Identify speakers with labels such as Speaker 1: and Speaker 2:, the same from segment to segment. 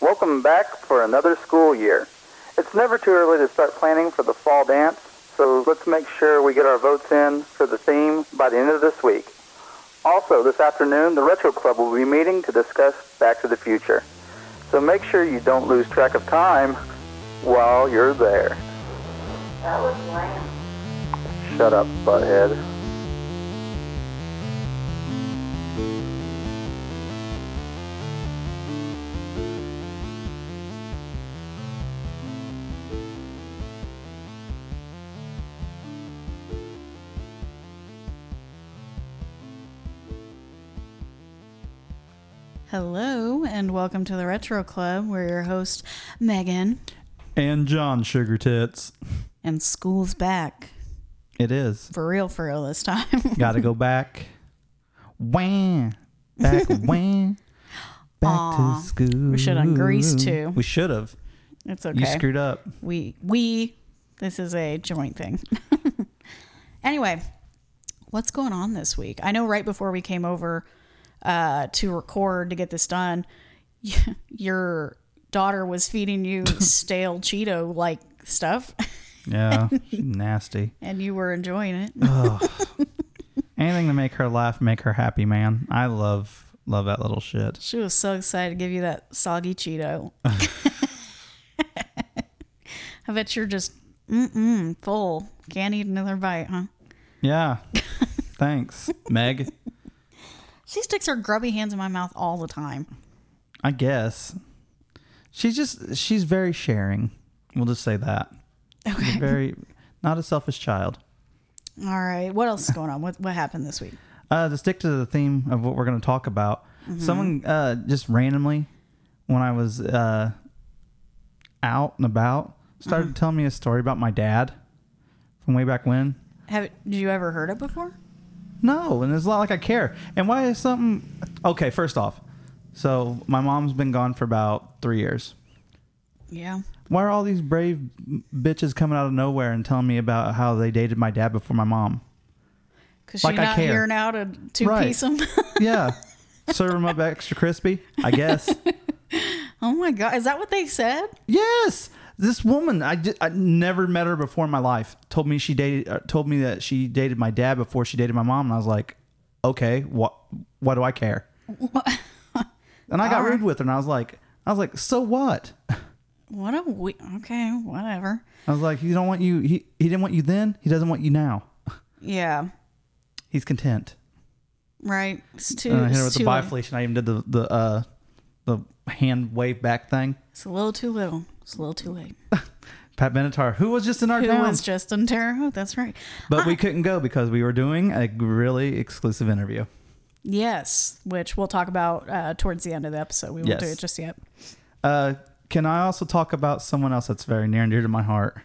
Speaker 1: welcome back for another school year. It's never too early to start planning for the fall dance, so let's make sure we get our votes in for the theme by the end of this week. Also, this afternoon, the Retro Club will be meeting to discuss Back to the Future. So make sure you don't lose track of time while you're there.
Speaker 2: That was lame.
Speaker 1: Shut up, butthead.
Speaker 3: Hello, and welcome to the Retro Club. We're your host, Megan,
Speaker 4: And John Sugar Tits.
Speaker 3: and school's back.
Speaker 4: It is.
Speaker 3: For real, for real this time.
Speaker 4: Gotta go back. Wah. Back wah. Back to
Speaker 3: Aw.
Speaker 4: school.
Speaker 3: We should on Grease, too.
Speaker 4: We should have.
Speaker 3: it's okay.
Speaker 4: You screwed up.
Speaker 3: we, we, this is a joint thing. anyway, what's going on this week? I know right before we came over uh, to record to get this done, y- your daughter was feeding you stale Cheeto like stuff,
Speaker 4: Yeah. she's nasty.
Speaker 3: and you were enjoying it.
Speaker 4: Anything to make her laugh, make her happy, man. I love love that little shit.
Speaker 3: She was so excited to give you that soggy Cheeto. I bet you're just mm-mm, full. Can't eat another bite, huh?
Speaker 4: Yeah. Thanks, Meg.
Speaker 3: She sticks her grubby hands in my mouth all the time.
Speaker 4: I guess. She's just she's very sharing. We'll just say that. She's a
Speaker 3: Okay.
Speaker 4: very not a selfish child.
Speaker 3: All right. What else is going on? What what happened this week?
Speaker 4: Uh, to stick to the theme of what we're going to talk about, someone uh, just randomly, when I was uh, out and about, started telling me a story about my dad from way back when.
Speaker 3: Have did you ever heard it before?
Speaker 4: No, and it's not like I care. And why is something. Okay, first off, so my mom's been gone for about three years.
Speaker 3: Yeah.
Speaker 4: Why are all these brave bitches coming out of nowhere and telling me about how they dated my dad before my mom?
Speaker 3: Because
Speaker 4: Like
Speaker 3: you're
Speaker 4: I
Speaker 3: not
Speaker 4: care.
Speaker 3: here now to two
Speaker 4: Right.
Speaker 3: piece them.
Speaker 4: Yeah. Serve them up extra crispy, I guess.
Speaker 3: oh my god, is that what they said?
Speaker 4: Yes, this woman I, di- I never met her before in my life. Told me she dated uh, told me that she dated my dad before she dated my mom, and I was like, okay, what? Why do I care? and I got rude with her, and I was like, I was like, so what?
Speaker 3: What a we okay, whatever.
Speaker 4: I was like, he don't want you. He he didn't want you then. He doesn't want you now.
Speaker 3: Yeah.
Speaker 4: He's content.
Speaker 3: Right. It's too.
Speaker 4: And I Uh, hit her
Speaker 3: it's,
Speaker 4: with
Speaker 3: too
Speaker 4: the bye fleece, and I even did the the uh, the hand wave back thing.
Speaker 3: it's a little too little. It's a little too late.
Speaker 4: Pat Benatar, who was just in our
Speaker 3: Who
Speaker 4: town,
Speaker 3: was Justin Terre? That's right.
Speaker 4: but we couldn't go because we were doing a really exclusive interview.
Speaker 3: Yes, which we'll talk about uh, towards the end of the episode. We won't do
Speaker 4: Yes.
Speaker 3: it just yet.
Speaker 4: Uh, can I also talk about someone else that's very near and dear to my heart?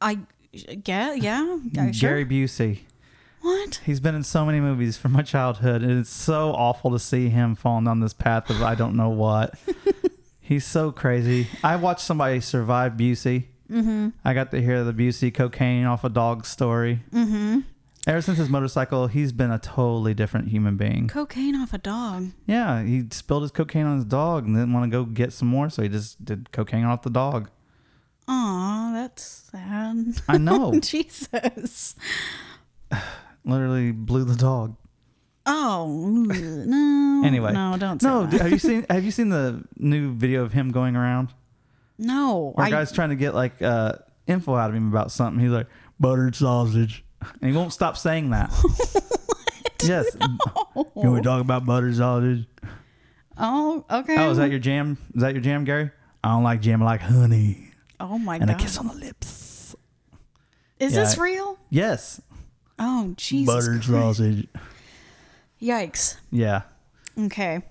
Speaker 3: I get, yeah, yeah, sure.
Speaker 4: Mm, Gary Busey.
Speaker 3: What?
Speaker 4: He's been in so many movies from my childhood, and it's so awful to see him falling down this path of I don't know what. He's so crazy. I watched somebody survive Busey. Mm-hmm. I got to hear the Busey cocaine off a dog story. Mm-hmm. Ever since his motorcycle, he's been a totally different human being.
Speaker 3: Cocaine off a dog.
Speaker 4: Yeah, he spilled his cocaine on his dog and didn't want to go get some more, so he just did cocaine off the dog.
Speaker 3: Aw, that's sad.
Speaker 4: I know.
Speaker 3: Jesus.
Speaker 4: Literally blew the dog.
Speaker 3: Oh no.
Speaker 4: Anyway,
Speaker 3: no, don't. Say
Speaker 4: No,
Speaker 3: that.
Speaker 4: d- have you seen have you seen the new video of him going around?
Speaker 3: no.
Speaker 4: Where
Speaker 3: I,
Speaker 4: guys trying to get like uh, info out of him about something. He's like buttered sausage, and he won't stop saying that. Yes, can we talk about buttered sausage?
Speaker 3: oh, okay.
Speaker 4: Oh, is that your jam? Is that your jam, Gary? I don't like jam. I like honey
Speaker 3: Oh my
Speaker 4: and a
Speaker 3: god.
Speaker 4: kiss on the lips.
Speaker 3: Is
Speaker 4: Yeah,
Speaker 3: this
Speaker 4: I-
Speaker 3: real?
Speaker 4: Yes,
Speaker 3: Oh Jesus.
Speaker 4: buttered sausage.
Speaker 3: Yikes.
Speaker 4: Yeah,
Speaker 3: Okay.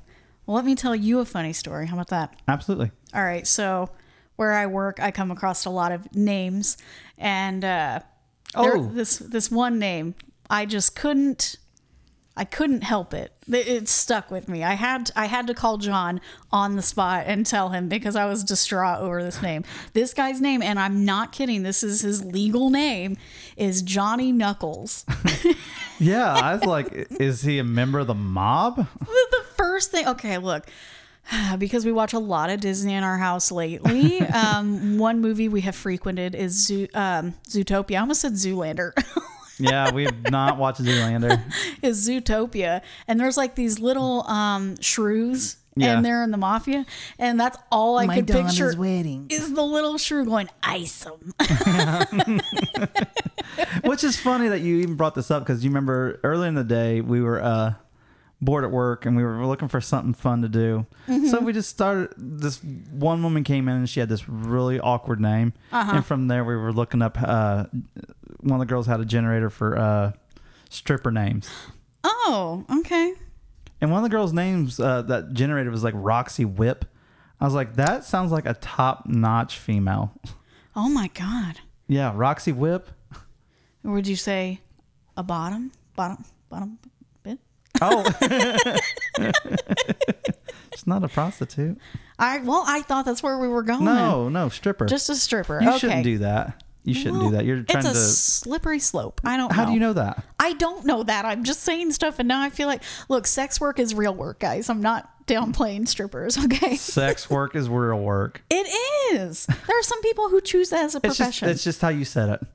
Speaker 3: Well, let me tell you a funny story. How about that?
Speaker 4: absolutely.
Speaker 3: All right. So, where I work, I come across a lot of names, and uh, there-
Speaker 4: Oh.
Speaker 3: this this one name, I just couldn't, I couldn't help it. It, it stuck with me. I had I had to call John on the spot and tell him because I was distraught over this name. This guy's name, and I'm not kidding. This is his legal name, is Johnny Knuckles.
Speaker 4: Yeah, I was like, is he a member of the mob?
Speaker 3: the, the first thing okay look because we watch a lot of Disney in our house lately. um, one movie we have frequented is Zoo, um, Zootopia. I almost said Zoolander.
Speaker 4: Yeah, we've not watched Zoolander.
Speaker 3: is Zootopia, and there's like these little um, shrews,
Speaker 4: Yeah.
Speaker 3: and they're in the mafia, and that's all I could picture is,
Speaker 5: waiting.
Speaker 3: the little shrew going ice 'em."
Speaker 4: Which is funny that you even brought this up because you remember earlier in the day we were uh, bored at work and we were looking for something fun to do. So we just started. This one woman came in and she had this really awkward name, and from there we were looking up. Uh, one of the girls had a generator for uh, stripper names,
Speaker 3: Oh, okay.
Speaker 4: and one of the girls' names uh, that generated was like Roxy Whip. I was like, that sounds like a top-notch female.
Speaker 3: Oh my god.
Speaker 4: Yeah, Roxy Whip.
Speaker 3: Would you say a bottom, bottom, bottom bit?
Speaker 4: Oh. She's not a prostitute.
Speaker 3: I well, I thought that's where we were going.
Speaker 4: No, no, stripper.
Speaker 3: just a stripper.
Speaker 4: you
Speaker 3: okay.
Speaker 4: shouldn't do that. You shouldn't
Speaker 3: Well,
Speaker 4: do that. You're trying
Speaker 3: It's a
Speaker 4: to.
Speaker 3: slippery slope. I don't.
Speaker 4: how do you know that?
Speaker 3: I don't know that. I'm just saying stuff, and now I feel like, look, sex work is real work, guys. I'm not downplaying strippers, okay?
Speaker 4: Sex work is real work.
Speaker 3: It is. There are some people who choose that as a
Speaker 4: It's just,
Speaker 3: profession.
Speaker 4: it's just how you said it.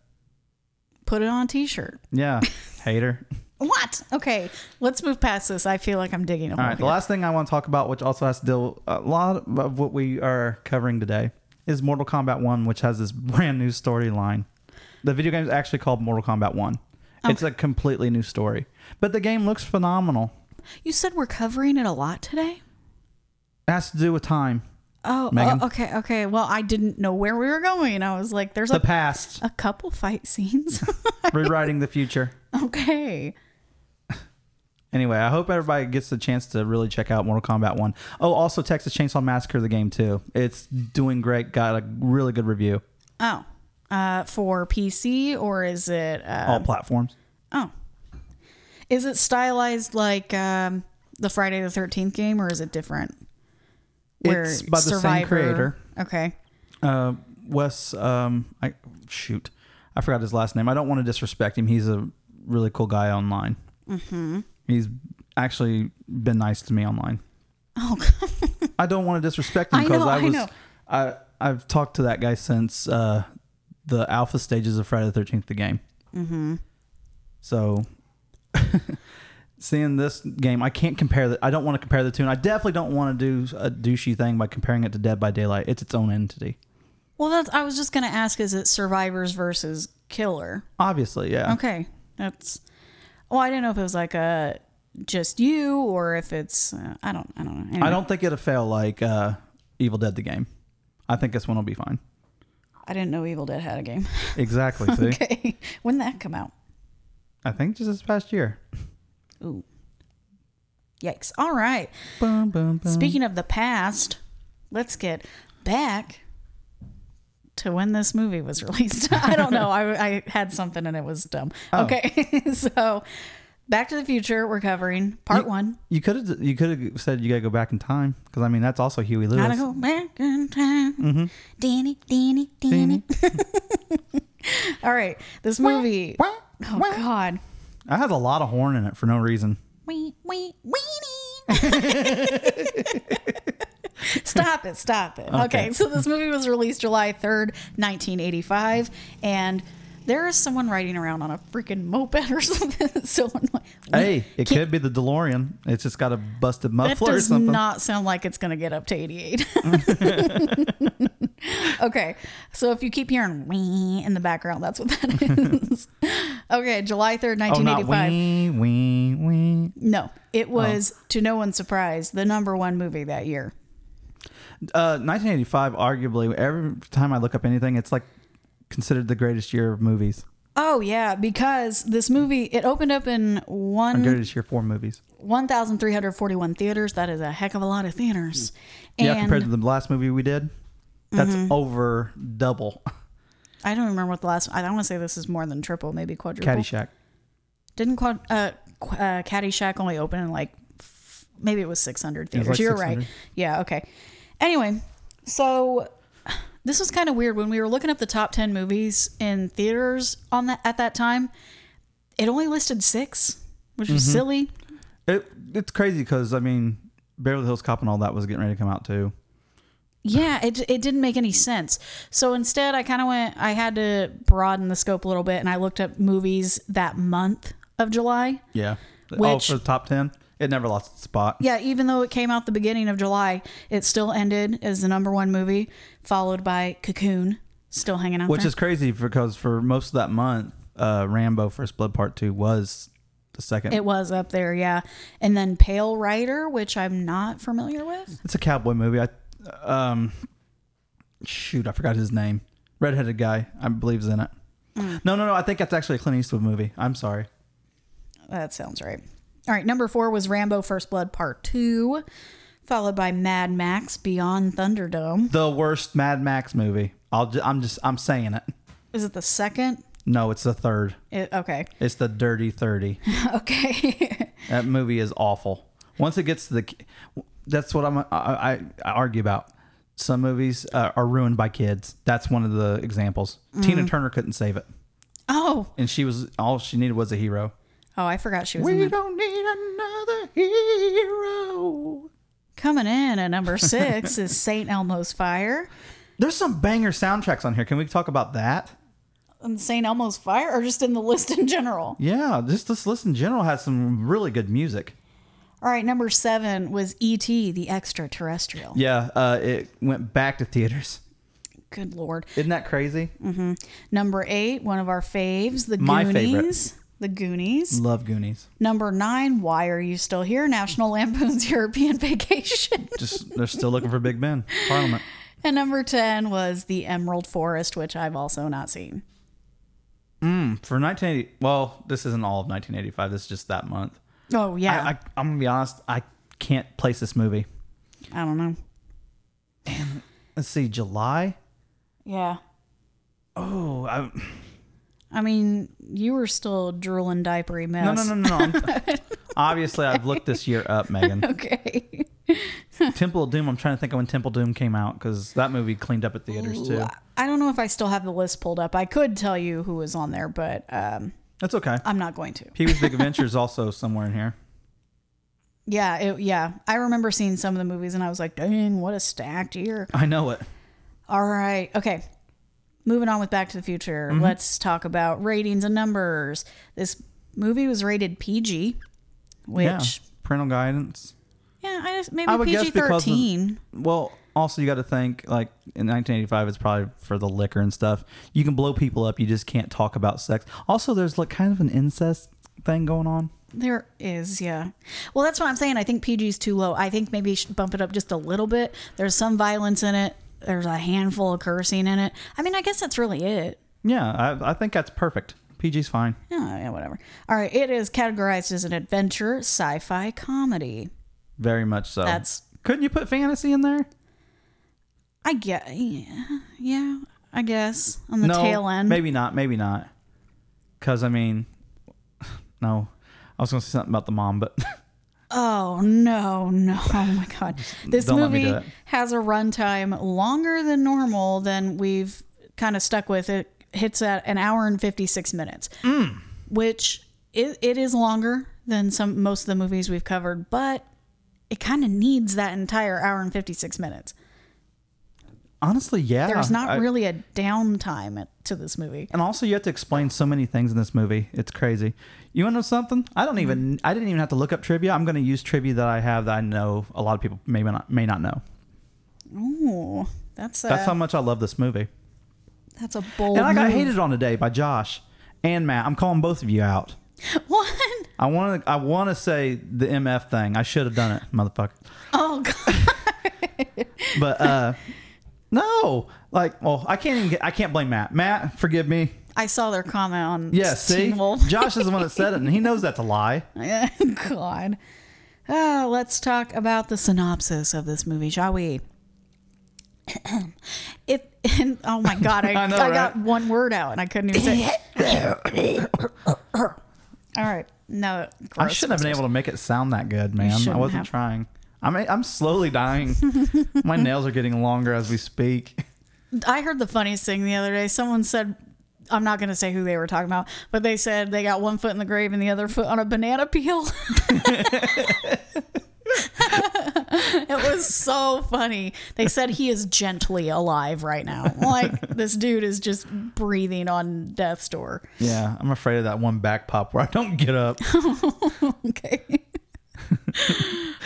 Speaker 3: Put it on a t-shirt.
Speaker 4: Yeah, hater.
Speaker 3: What? Okay, let's move past this. I feel like I'm digging a hole.
Speaker 4: All right. The
Speaker 3: here.
Speaker 4: last thing I want to talk about, which also has to deal a lot of what we are covering today, is Mortal Kombat One, which has this brand new storyline. The video game is actually called Mortal Kombat One. It's a completely new story, but the game looks phenomenal.
Speaker 3: You said we're covering it a lot today.
Speaker 4: It has to do with time,
Speaker 3: Oh,
Speaker 4: Megan?
Speaker 3: oh, okay, okay. Well, I didn't know where we were going. I was like, there's
Speaker 4: the
Speaker 3: a,
Speaker 4: past,
Speaker 3: a couple fight scenes.
Speaker 4: rewriting the future.
Speaker 3: okay.
Speaker 4: Anyway, I hope everybody gets the chance to really check out Mortal Kombat 1. Oh, also Texas Chainsaw Massacre, the game, too. It's doing great. Got a really good review.
Speaker 3: Oh, uh, for PC or is it? Uh,
Speaker 4: All platforms.
Speaker 3: oh, is it stylized like um, the Friday the Thirteenth game, or is it different?
Speaker 4: It's by the same creator.
Speaker 3: Okay.
Speaker 4: Uh, Wes, um, I, shoot. I forgot his last name. I don't want to disrespect him. He's a really cool guy online. Mm-hmm. He's actually been nice to me online.
Speaker 3: Oh, God.
Speaker 4: I don't want to disrespect him
Speaker 3: I
Speaker 4: because
Speaker 3: know,
Speaker 4: I,
Speaker 3: I
Speaker 4: was
Speaker 3: know.
Speaker 4: I I've talked to that guy since uh, the alpha stages of Friday the Thirteenth, the game. Mm-hmm. So seeing this game, I can't compare the. I don't want to compare the two, and I definitely don't want to do a douchey thing by comparing it to Dead by Daylight. It's its own entity,
Speaker 3: Well, that's. I was just gonna ask: Is it survivors versus killer?
Speaker 4: obviously. Yeah.
Speaker 3: Okay, that's. Well, I didn't know if it was like a just you or if it's. Uh, I don't. I don't know. Anyway,
Speaker 4: I don't think it'll fail like uh, Evil Dead, the game. I think this one will be fine.
Speaker 3: I didn't know Evil Dead had a game.
Speaker 4: Exactly. See,
Speaker 3: okay, when did that come out?
Speaker 4: I think just this past year.
Speaker 3: Ooh. Yikes! All right.
Speaker 4: Boom, boom, boom.
Speaker 3: Speaking of the past, let's get back to when this movie was released. I don't know. I, I had something and it was dumb.
Speaker 4: Oh.
Speaker 3: Okay, so Back to the Future. We're covering part one.
Speaker 4: You could have you could have said you gotta go back in time because I mean that's also Huey Lewis.
Speaker 3: Gotta go back in time.
Speaker 4: Mm-hmm.
Speaker 3: Danny, Danny, Danny. All right, this movie.
Speaker 4: Wah,
Speaker 3: Oh
Speaker 4: wah.
Speaker 3: God.
Speaker 4: That has a lot of horn in it for no reason.
Speaker 3: Wee, wee, weenie. stop it, stop it. Okay. so this movie was released July 3rd, 1985, and there is someone riding around on a freaking moped or something. so I'm like,
Speaker 4: Hey, it
Speaker 3: Can-
Speaker 4: could be the DeLorean. It's just got a busted
Speaker 3: that
Speaker 4: muffler or
Speaker 3: does
Speaker 4: something.
Speaker 3: not sound like it's going to get up to 88. okay. So if you keep hearing wee in the background, that's what that is. okay. July 3rd,
Speaker 4: oh,
Speaker 3: 1985.
Speaker 4: not wee Oh. wee wee.
Speaker 3: No, it was, to no one's surprise, the number one movie that year.
Speaker 4: Uh, 1985, arguably, every time I look up anything, it's like considered the greatest year of movies.
Speaker 3: Oh yeah, because this movie it opened up in
Speaker 4: Or
Speaker 3: one
Speaker 4: greatest year for movies.
Speaker 3: one thousand three hundred forty one theaters. That is a heck of a lot of theaters.
Speaker 4: yeah,
Speaker 3: And Mm-hmm.
Speaker 4: compared to the last movie we did, that's over double.
Speaker 3: I don't remember what the last. I don't want to say this is more than triple, maybe quadruple.
Speaker 4: Caddyshack.
Speaker 3: Didn't quad, uh, qu- uh, Caddyshack only open in like f- maybe it was six hundred
Speaker 4: was
Speaker 3: theaters.
Speaker 4: like
Speaker 3: You're
Speaker 4: 600.
Speaker 3: right. Yeah. Okay. Anyway, so this was kind of weird when we were looking up the top ten movies in theaters on that at that time.
Speaker 4: Mm-hmm.
Speaker 3: It only listed six, which was silly.
Speaker 4: It it's crazy because I mean, Beverly Hills Cop and all that was getting ready to come out too.
Speaker 3: Yeah, it it didn't make any sense. So instead, I kind of went. I had to broaden the scope a little bit, and I looked up movies that month of July.
Speaker 4: Yeah. oh,
Speaker 3: Which-
Speaker 4: for the top ten, it never lost its spot.
Speaker 3: Yeah, even though it came out the beginning of July, it still ended as the number one movie, followed by Cocoon, still hanging out
Speaker 4: Which
Speaker 3: there.
Speaker 4: is crazy because for most of that month, uh, Rambo First Blood Part Two was the second.
Speaker 3: it was up there, yeah. And then Pale Rider, which I'm not familiar with.
Speaker 4: it's a cowboy movie. I, um, shoot, I forgot his name. Redheaded guy, I believe, is in it.
Speaker 3: Mm.
Speaker 4: No, no, no. I think that's actually a Clint Eastwood movie. I'm sorry.
Speaker 3: That sounds right. All right, number four was Rambo First Blood Part 2, followed by Mad Max Beyond Thunderdome.
Speaker 4: The worst Mad Max movie. I'll. Ju- I'm just. I'm saying it.
Speaker 3: Is it the second?
Speaker 4: No, it's the third.
Speaker 3: It, okay.
Speaker 4: It's the Dirty Thirty.
Speaker 3: Okay.
Speaker 4: That movie is awful. Once it gets to the, ki- that's what I'm I, I, I argue about. Some movies uh, are ruined by kids. That's one of the examples. Tina Turner couldn't save it,
Speaker 3: oh.
Speaker 4: and she was all she needed was a hero.
Speaker 3: Oh, I forgot she was in that.
Speaker 4: don't need another hero.
Speaker 3: Coming in at number six is St. Elmo's Fire.
Speaker 4: There's some banger soundtracks on here. Can we talk about that?
Speaker 3: in St. Elmo's Fire or just in the list in general?
Speaker 4: Yeah, just this list in general has some really good music.
Speaker 3: All right, number seven was E.T., the extraterrestrial.
Speaker 4: Yeah, uh, it went back to theaters.
Speaker 3: Good lord.
Speaker 4: Isn't that crazy?
Speaker 3: Number eight, one of our faves, The
Speaker 4: My favorite.
Speaker 3: Goonies. The Goonies.
Speaker 4: Love Goonies.
Speaker 3: Number nine, Why Are You Still Here? National Lampoon's European Vacation.
Speaker 4: Just they're still looking for Big Ben. Parliament.
Speaker 3: and number 10 was The Emerald Forest, which I've also not seen.
Speaker 4: for 1980 well this isn't all of 1985 this is just that month
Speaker 3: Oh, yeah.
Speaker 4: I, I, i'm gonna be honest i can't place this movie
Speaker 3: I don't know.
Speaker 4: let's see july
Speaker 3: Yeah.
Speaker 4: oh I,
Speaker 3: I mean, you were still drooling diapery mess.
Speaker 4: no no no no I'm- obviously i've looked this year up megan
Speaker 3: Okay.
Speaker 4: temple of doom i'm trying to think of when temple of doom came out because that movie cleaned up at theaters too
Speaker 3: I don't know if I still have the list pulled up. I could tell you who was on there, but um,
Speaker 4: that's okay
Speaker 3: I'm not going to.
Speaker 4: pee-wee's big adventure is also somewhere in here
Speaker 3: Yeah, it, yeah. I remember seeing some of the movies and I was like, dang, what a stacked year.
Speaker 4: i know it
Speaker 3: All right. Okay. Moving on with Back to the Future,
Speaker 4: Mm-hmm.
Speaker 3: let's talk about ratings and numbers. This movie was rated PG, which,
Speaker 4: yeah
Speaker 3: yeah,
Speaker 4: parental guidance
Speaker 3: I just, maybe
Speaker 4: I would guess
Speaker 3: PG
Speaker 4: because of-
Speaker 3: 13.
Speaker 4: well also you got to think like in 1985 it's probably for the liquor and stuff you can blow people up you just can't talk about sex also there's like kind of an incest thing going on
Speaker 3: There is, yeah. Well, that's what I'm saying. I think PG is too low. I think maybe you should bump it up just a little bit. There's some violence in it. There's a handful of cursing in it. I mean, I guess that's really it.
Speaker 4: yeah i, I think that's perfect pg's fine
Speaker 3: Yeah, yeah, whatever. All right, it is categorized as an adventure sci-fi comedy.
Speaker 4: very much so
Speaker 3: That's-
Speaker 4: couldn't you put fantasy in there
Speaker 3: I get, yeah, yeah. I guess on the
Speaker 4: no
Speaker 3: tail end.
Speaker 4: maybe not maybe not because i mean no i was gonna say something about the mom but
Speaker 3: Oh no, no! Oh my God! This
Speaker 4: Don't let me
Speaker 3: movie
Speaker 4: do it.
Speaker 3: has a runtime longer than normal than we've kind of stuck with. It hits at an hour and fifty six minutes,
Speaker 4: Mm.
Speaker 3: which it, it is longer than some most of the movies we've covered, but it kind of needs that entire hour and fifty six minutes.
Speaker 4: honestly yeah
Speaker 3: There's not
Speaker 4: I-
Speaker 3: really a downtime at- to this movie.
Speaker 4: And also, you have to explain so many things in this movie. It's crazy. You want to know something? I don't even.
Speaker 3: Mm-hmm.
Speaker 4: I didn't even have to look up trivia. I'm going to use trivia that I have that I know a lot of people may not may not know.
Speaker 3: Ooh, that's a
Speaker 4: That's
Speaker 3: that's,
Speaker 4: how much I love this movie.
Speaker 3: a bold.
Speaker 4: And I got
Speaker 3: move.
Speaker 4: hated on today by Josh and Matt. I'm calling both of you out.
Speaker 3: What?
Speaker 4: I want to. I want to say the MF thing. I should have done it, motherfucker.
Speaker 3: Oh God!
Speaker 4: But uh, no, like, well, I can't even. Get, I can't blame Matt. Matt, forgive me.
Speaker 3: I saw their comment on
Speaker 4: Yes, see,
Speaker 3: Teen Wolf.
Speaker 4: Josh is the one that said it, and he knows that's a lie.
Speaker 3: God. Ah, let's talk about the synopsis of this movie, shall we? it and, oh my god, I,
Speaker 4: I
Speaker 3: I,
Speaker 4: know,
Speaker 3: got
Speaker 4: right?
Speaker 3: one word out and I couldn't even say. it. All right, no,
Speaker 4: I
Speaker 3: gross.
Speaker 4: shouldn't have been able to make it sound that good, man. I
Speaker 3: shouldn't
Speaker 4: wasn't
Speaker 3: have.
Speaker 4: trying. I'm I'm slowly dying. My nails are getting longer as we speak.
Speaker 3: I heard the funniest thing the other day. Someone said, I'm not going to say who they were talking about, but they said they got one foot in the grave and the other foot on a banana peel. It was so funny. They said he is gently alive right now. Like this dude is just breathing on death's door.
Speaker 4: Yeah, I'm afraid of that one back pop where I don't get up.
Speaker 3: Okay.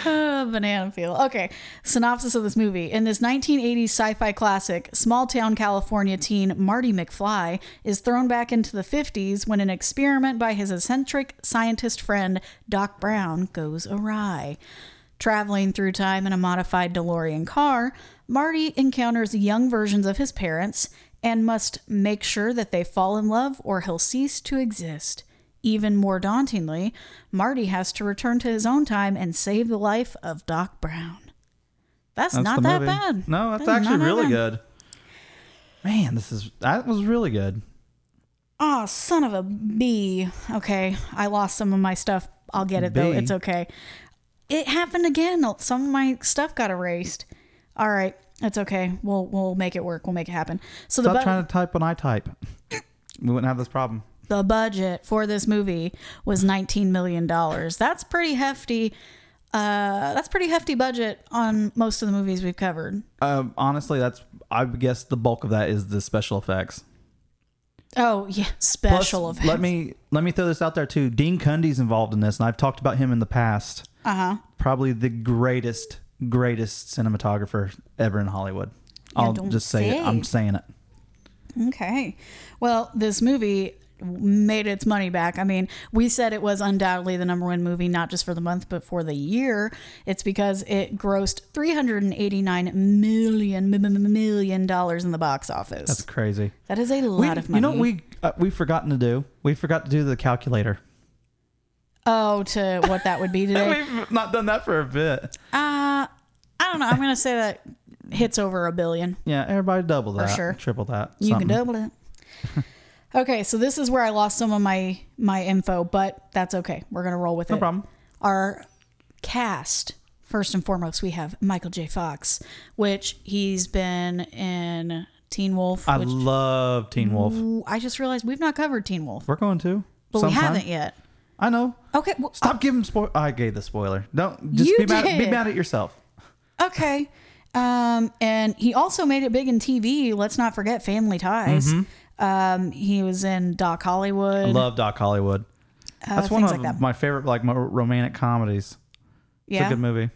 Speaker 3: Uh, banana peel. Okay. Synopsis of this movie. In this 1980s sci fi classic, small town California teen Marty McFly is thrown back into the 50s when an experiment by his eccentric scientist friend, Doc Brown, goes awry. Traveling through time in a modified DeLorean car, Marty encounters young versions of his parents and must make sure that they fall in love or he'll cease to exist. Even more dauntingly, Marty has to return to his own time and save the life of Doc Brown. That's,
Speaker 4: That's
Speaker 3: not
Speaker 4: the
Speaker 3: that
Speaker 4: movie.
Speaker 3: bad.
Speaker 4: No, that's,
Speaker 3: not
Speaker 4: actually
Speaker 3: that
Speaker 4: really
Speaker 3: bad.
Speaker 4: good. Man, this is that was really good.
Speaker 3: Oh, son of a bee. Okay, I lost some of my stuff. I'll get it though.
Speaker 4: Bee?
Speaker 3: It's okay. It happened again. Some of my stuff got erased. All right, it's okay. We'll we'll make it work. We'll make it happen. So the
Speaker 4: Stop
Speaker 3: bu-
Speaker 4: trying to type when I type. We wouldn't have this problem.
Speaker 3: the budget for this movie was 19 million dollars. That's pretty hefty. Uh, that's pretty hefty budget on most of the movies we've covered.
Speaker 4: Um, honestly, that's I would guess the bulk of that is the special effects.
Speaker 3: Oh yeah,
Speaker 4: Plus,
Speaker 3: special effects.
Speaker 4: Let me let me throw this out there too. Dean Cundy's involved in this, and I've talked about him in the past.
Speaker 3: Uh huh.
Speaker 4: Probably the greatest, greatest cinematographer ever in Hollywood. I'll
Speaker 3: don't
Speaker 4: just say,
Speaker 3: say.
Speaker 4: it. I'm saying it.
Speaker 3: Okay. Well, this movie made its money back. I mean, we said it was undoubtedly the number one movie, not just for the month, but for the year. It's because it grossed $389 million, mi- mi- mi- million dollars in the box office.
Speaker 4: It's crazy.
Speaker 3: that is a
Speaker 4: We-
Speaker 3: lot of money.
Speaker 4: You know what we uh, we've forgotten to do? We forgot to do the calculator.
Speaker 3: oh, to what that would be today.
Speaker 4: We've not done that for a bit.
Speaker 3: Uh, I don't know. I'm going to say that hits over a billion.
Speaker 4: Yeah, everybody double that.
Speaker 3: sure.
Speaker 4: Triple that.
Speaker 3: You
Speaker 4: something.
Speaker 3: can double it. okay, so this is where I lost some of my my info, but that's okay. We're gonna roll with it.
Speaker 4: No problem.
Speaker 3: Our cast. First and foremost, we have Michael J. Fox, which he's been in Teen Wolf.
Speaker 4: I
Speaker 3: which Mm.
Speaker 4: love Teen Wolf.
Speaker 3: Ooh, I just realized we've not covered Teen Wolf,
Speaker 4: We're going to.
Speaker 3: but
Speaker 4: sometime.
Speaker 3: we haven't yet.
Speaker 4: I know.
Speaker 3: Okay, well,
Speaker 4: Stop giving spoil. I gave the spoiler. Don't just
Speaker 3: You
Speaker 4: be mad. Be
Speaker 3: did.
Speaker 4: mad at yourself.
Speaker 3: Okay. Um, and he also made it big in TV. Let's not forget Family Ties.
Speaker 4: Mm-hmm.
Speaker 3: Um, he was in Doc Hollywood.
Speaker 4: I love Doc Hollywood. That's one
Speaker 3: Uh, things
Speaker 4: of
Speaker 3: like that.
Speaker 4: my favorite like my romantic comedies. It's
Speaker 3: yeah.
Speaker 4: a good movie.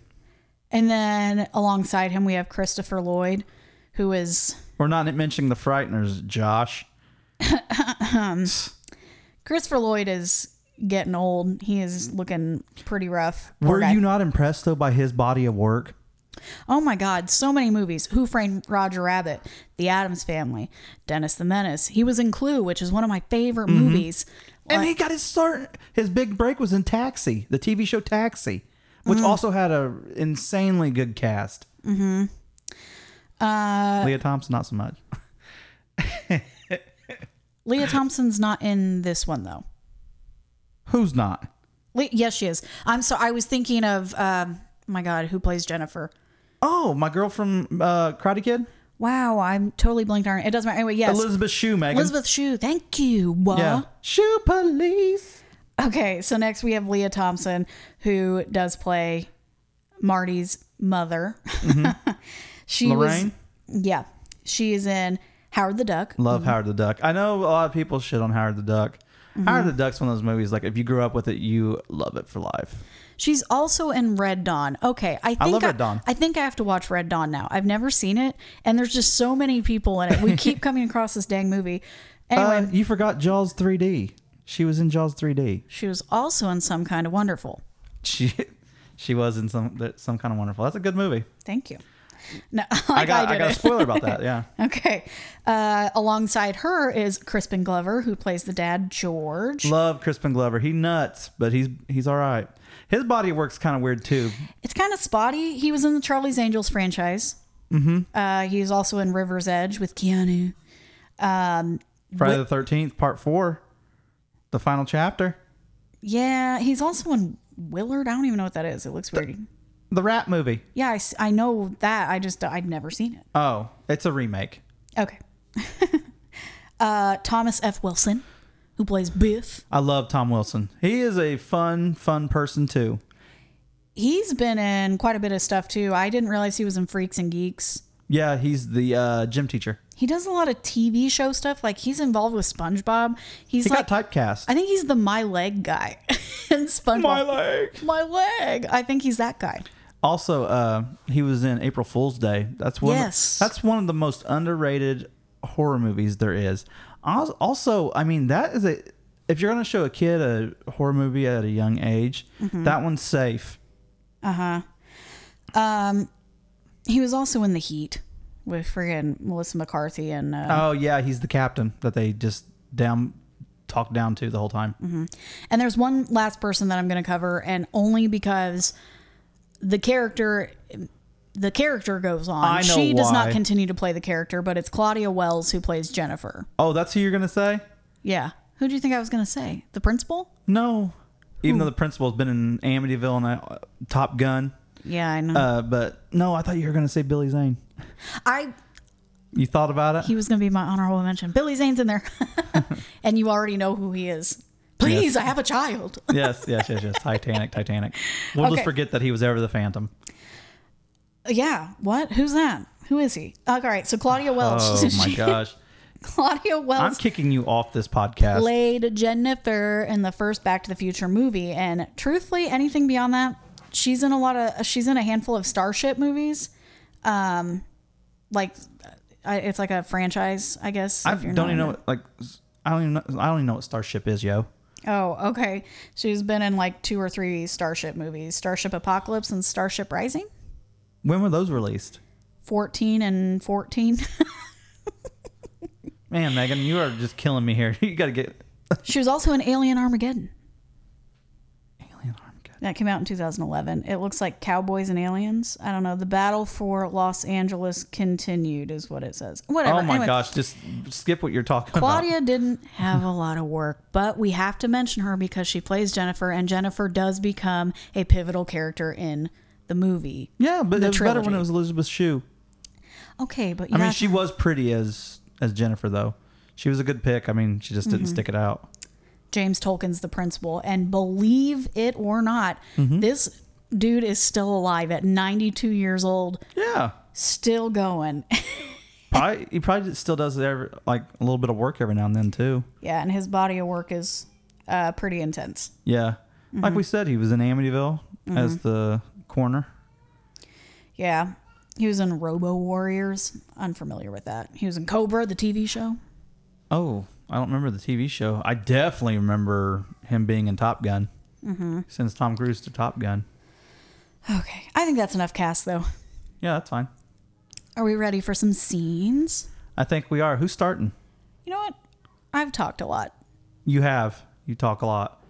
Speaker 3: And then alongside him, we have Christopher Lloyd, who is
Speaker 4: We're not mentioning the Frighteners, Josh.
Speaker 3: Christopher Lloyd is getting old. He is looking pretty rough. Poor
Speaker 4: Were
Speaker 3: guy.
Speaker 4: you not impressed though by his body of work?
Speaker 3: Oh my God! So many movies. Who Framed Roger Rabbit? The Adams Family. Dennis the Menace. He was in Clue, which is one of my favorite
Speaker 4: Mm-hmm.
Speaker 3: movies.
Speaker 4: And he got his start. His big break was in Taxi, the TV show Taxi,
Speaker 3: Mm-hmm.
Speaker 4: which also had a insanely good cast. Mm-hmm. Uh, Leah Thompson, not so much.
Speaker 3: Leah Thompson's not in this one though.
Speaker 4: Who's not?
Speaker 3: Le- yes, she is. I'm sorry. I was thinking of um, my God, who plays Jennifer?
Speaker 4: Oh, my girl from uh, Karate Kid,
Speaker 3: Wow, I'm totally blanked on. her. It doesn't matter. Anyway, yes, Elizabeth, Uh-huh.
Speaker 4: Elizabeth Shue, Megan.
Speaker 3: Shue. Thank you. Wah.
Speaker 4: yeah, Shoe Police.
Speaker 3: Okay, so next we have Leah Thompson, who does play Marty's mother. she
Speaker 4: Mm-hmm. Lorraine? Mm.
Speaker 3: was yeah, she is in Howard the Duck.
Speaker 4: Love Howard the Duck. I know a lot of people shit on Howard the Duck.
Speaker 3: Mm-hmm.
Speaker 4: Howard the Duck's one of those movies. Like if you grew up with it, you love it for life.
Speaker 3: She's also in Red Dawn. Okay, I think
Speaker 4: love Red Dawn.
Speaker 3: I think I have to watch Red Dawn now. I've never seen it, and there's just so many people in it. We keep coming across this dang movie. Anyway,
Speaker 4: Uh, you forgot Jaws 3D. She was in Jaws 3D.
Speaker 3: she was also in Some Kind of Wonderful.
Speaker 4: She she was in some some kind of wonderful. That's a good movie.
Speaker 3: Thank you. No,
Speaker 4: I
Speaker 3: like I,
Speaker 4: got I,
Speaker 3: did
Speaker 4: got
Speaker 3: it.
Speaker 4: a spoiler about that. Yeah.
Speaker 3: Okay. Uh, alongside her is Crispin Glover, who plays the dad, George.
Speaker 4: Love Crispin Glover. He nuts, but he's he's all right. His body of work's kind of weird too.
Speaker 3: It's kind of spotty. He was in the Charlie's Angels franchise. Mm-hmm. Uh, he was also in River's Edge with Keanu.
Speaker 4: Friday the Thirteenth Part Four, the final chapter,
Speaker 3: Yeah, he's also in Willard. I don't even know what that is. It looks weird.
Speaker 4: the rap movie.
Speaker 3: Yeah, I, s- I know that. I just, I'd never seen it.
Speaker 4: Oh, it's a remake.
Speaker 3: Okay. uh, Thomas F. Wilson, who plays Biff.
Speaker 4: I love Tom Wilson. He is a fun fun person too.
Speaker 3: He's been in quite a bit of stuff too. I didn't realize he was in Freaks and Geeks.
Speaker 4: Yeah, he's the uh, gym teacher.
Speaker 3: He does a lot of TV show stuff. Like he's involved with SpongeBob. He's
Speaker 4: He
Speaker 3: like
Speaker 4: got typecast.
Speaker 3: I think he's the my leg guy in SpongeBob.
Speaker 4: My leg.
Speaker 3: My leg. I think he's that guy.
Speaker 4: Also, uh, he was in April Fool's Day. That's one.
Speaker 3: Yes.
Speaker 4: that's one of the most underrated horror movies there is. Als- Also, I mean, that is a. If you're gonna show a kid a horror movie at a young age,
Speaker 3: Mm-hmm.
Speaker 4: that one's safe.
Speaker 3: He was also in The Heat with friggin' Melissa McCarthy and uh,
Speaker 4: Oh yeah, he's the captain that they just down talk down to the whole time.
Speaker 3: Mm-hmm.
Speaker 4: Oh.
Speaker 3: And there's one last person that I'm going to cover, and only because the character, the character goes on.
Speaker 4: I know
Speaker 3: she does not
Speaker 4: why.
Speaker 3: continue to play the character, but it's Claudia Wells who plays Jennifer.
Speaker 4: Oh, that's who you're gonna say?
Speaker 3: Yeah. Who do you think I was going to say? The principal?
Speaker 4: No. Even though the principal's been in Amityville and uh, Top Gun,
Speaker 3: Yeah, I know.
Speaker 4: uh, but no, I thought you were gonna say Billy Zane.
Speaker 3: I
Speaker 4: You thought about it?
Speaker 3: he was going to be my honorable mention. Billy Zane's in there, and you already know who he is. Please, I have a child.
Speaker 4: yes, yes, yes, yes. Titanic, Titanic. We'll
Speaker 3: Okay.
Speaker 4: just forget that he was ever the Phantom.
Speaker 3: yeah. What? Who's that? Who is he? Okay, all right. So Claudia Welch.
Speaker 4: Oh my
Speaker 3: She-
Speaker 4: gosh.
Speaker 3: Claudia Welch.
Speaker 4: I'm kicking you off this podcast.
Speaker 3: played Jennifer in the first Back to the Future movie, and truthfully, anything beyond that, she's in a lot of she's in a handful of Starship movies, um, like I, it's like a franchise, I guess.
Speaker 4: I
Speaker 3: if you're
Speaker 4: don't
Speaker 3: not
Speaker 4: even
Speaker 3: in
Speaker 4: know
Speaker 3: it.
Speaker 4: what, like I don't even know, I don't even know what Starship is, yo.
Speaker 3: Oh, okay. She's been in like two or three Starship movies: Starship Apocalypse and Starship Rising.
Speaker 4: When were those released?
Speaker 3: 14 and 14.
Speaker 4: Man, Megan, you are just killing me here. You got to get
Speaker 3: she was also in Alien Armageddon.
Speaker 4: Alien Armageddon.
Speaker 3: That came out in 2011. It looks like Cowboys and Aliens. I don't know. The battle for Los Angeles continued, is what it says. Whatever.
Speaker 4: Oh my
Speaker 3: Anyway,
Speaker 4: gosh, just skip what you're talking about.
Speaker 3: Claudia didn't have a lot of work, but we have to mention her because she plays Jennifer, and Jennifer does become a pivotal character in the movie.
Speaker 4: Yeah, but
Speaker 3: The
Speaker 4: it was better when
Speaker 3: trilogy.
Speaker 4: it was Elizabeth Shue.
Speaker 3: Okay, but you
Speaker 4: I mean,
Speaker 3: have-
Speaker 4: she was pretty as as Jennifer though. She was a good pick. I mean, she just didn't stick it out.
Speaker 3: James Tolkien's the principal, and believe it or not, this dude is still alive at 92 years old,
Speaker 4: Yeah.
Speaker 3: still going.
Speaker 4: Probably, he probably still does every, like a little bit of work every now and then too.
Speaker 3: yeah, and his body of work is uh, pretty intense.
Speaker 4: Yeah. Like we said, he was in Amityville as the coroner.
Speaker 3: Yeah. He was in Robo Warriors. Unfamiliar with that. He was in Cobra, the TV show.
Speaker 4: Oh, I don't remember the TV show. I definitely remember him being in Top Gun. Mm-hmm. Since Tom Cruise to Top Gun.
Speaker 3: Okay. I think that's enough cast, though.
Speaker 4: Yeah, that's fine.
Speaker 3: Are we ready for some scenes?
Speaker 4: I think we are. Who's starting?
Speaker 3: You know what? I've talked a lot.
Speaker 4: You have. You talk a lot.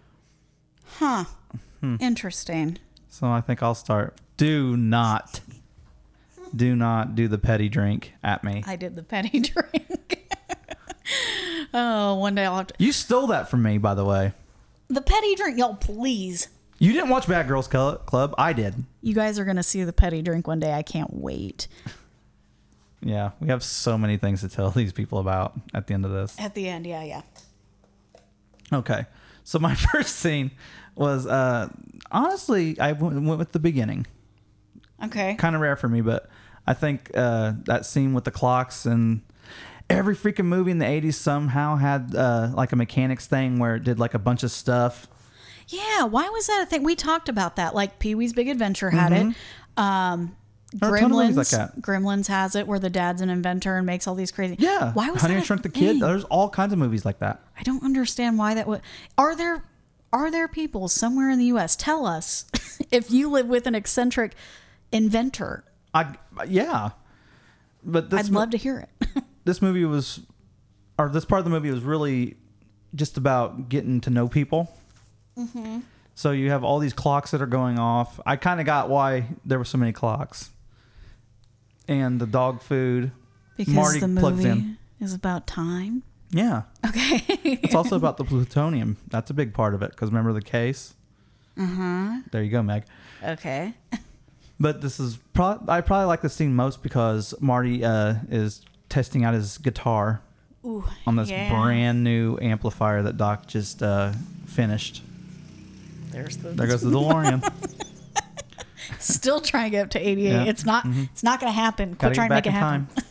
Speaker 3: Hmm. Interesting.
Speaker 4: So I think I'll start. Do not, do not do the petty drink at me.
Speaker 3: I did the penny drink. oh, one day I'll have to.
Speaker 4: You stole that from me, by the way.
Speaker 3: The petty drink, y'all, please.
Speaker 4: You didn't watch Bad Girls Cl- Club. I did.
Speaker 3: You guys are going to see the petty drink one day. I can't wait.
Speaker 4: Yeah, we have so many things to tell these people about at the end of this.
Speaker 3: At the end, yeah, yeah.
Speaker 4: Okay. So my first scene was uh honestly I w- went with the beginning.
Speaker 3: Okay.
Speaker 4: Kind of rare for me, but I think uh that scene with the clocks and every freaking movie in the 80s somehow had uh like a mechanics thing where it did like a bunch of stuff.
Speaker 3: Yeah, why was that a thing? We talked about that. Like Pee Wee's Big Adventure had it. Um,
Speaker 4: Mm-hmm. There are a ton of
Speaker 3: Gremlins,
Speaker 4: movies like that.
Speaker 3: Gremlins has it, where the dad's an inventor and makes all these crazy.
Speaker 4: Yeah.
Speaker 3: why was
Speaker 4: Honey
Speaker 3: that
Speaker 4: I
Speaker 3: a
Speaker 4: Shrunk the Kid?
Speaker 3: thing?
Speaker 4: There's all kinds of movies like that.
Speaker 3: I don't understand why that would. Are there are there people somewhere in the U.S. Tell us if you live with an eccentric inventor.
Speaker 4: I yeah. But this
Speaker 3: I'd
Speaker 4: mo-
Speaker 3: love to hear it.
Speaker 4: this movie was or this part of the movie was really just about getting to know people
Speaker 3: Mm-hmm.
Speaker 4: so you have all these clocks that are going off i kind of got why there were so many clocks and the dog food
Speaker 3: because
Speaker 4: Marty
Speaker 3: the
Speaker 4: plugs in.
Speaker 3: movie is about time.
Speaker 4: yeah
Speaker 3: Okay.
Speaker 4: it's also about the plutonium that's a big part of it because remember the case
Speaker 3: Mm-hmm.
Speaker 4: uh-huh there you go meg
Speaker 3: okay.
Speaker 4: But this is pro- I probably like this scene most because Marty uh, is testing out his guitar on this
Speaker 3: yeah.
Speaker 4: brand new amplifier that Doc just uh, finished.
Speaker 3: There's the
Speaker 4: There goes the DeLorean.
Speaker 3: Still trying to get up to 88.
Speaker 4: Yeah. Mm-hmm.
Speaker 3: It's not it's not going to happen. Quit
Speaker 4: Gotta
Speaker 3: trying
Speaker 4: get
Speaker 3: to
Speaker 4: back
Speaker 3: make it
Speaker 4: in
Speaker 3: happen.
Speaker 4: time.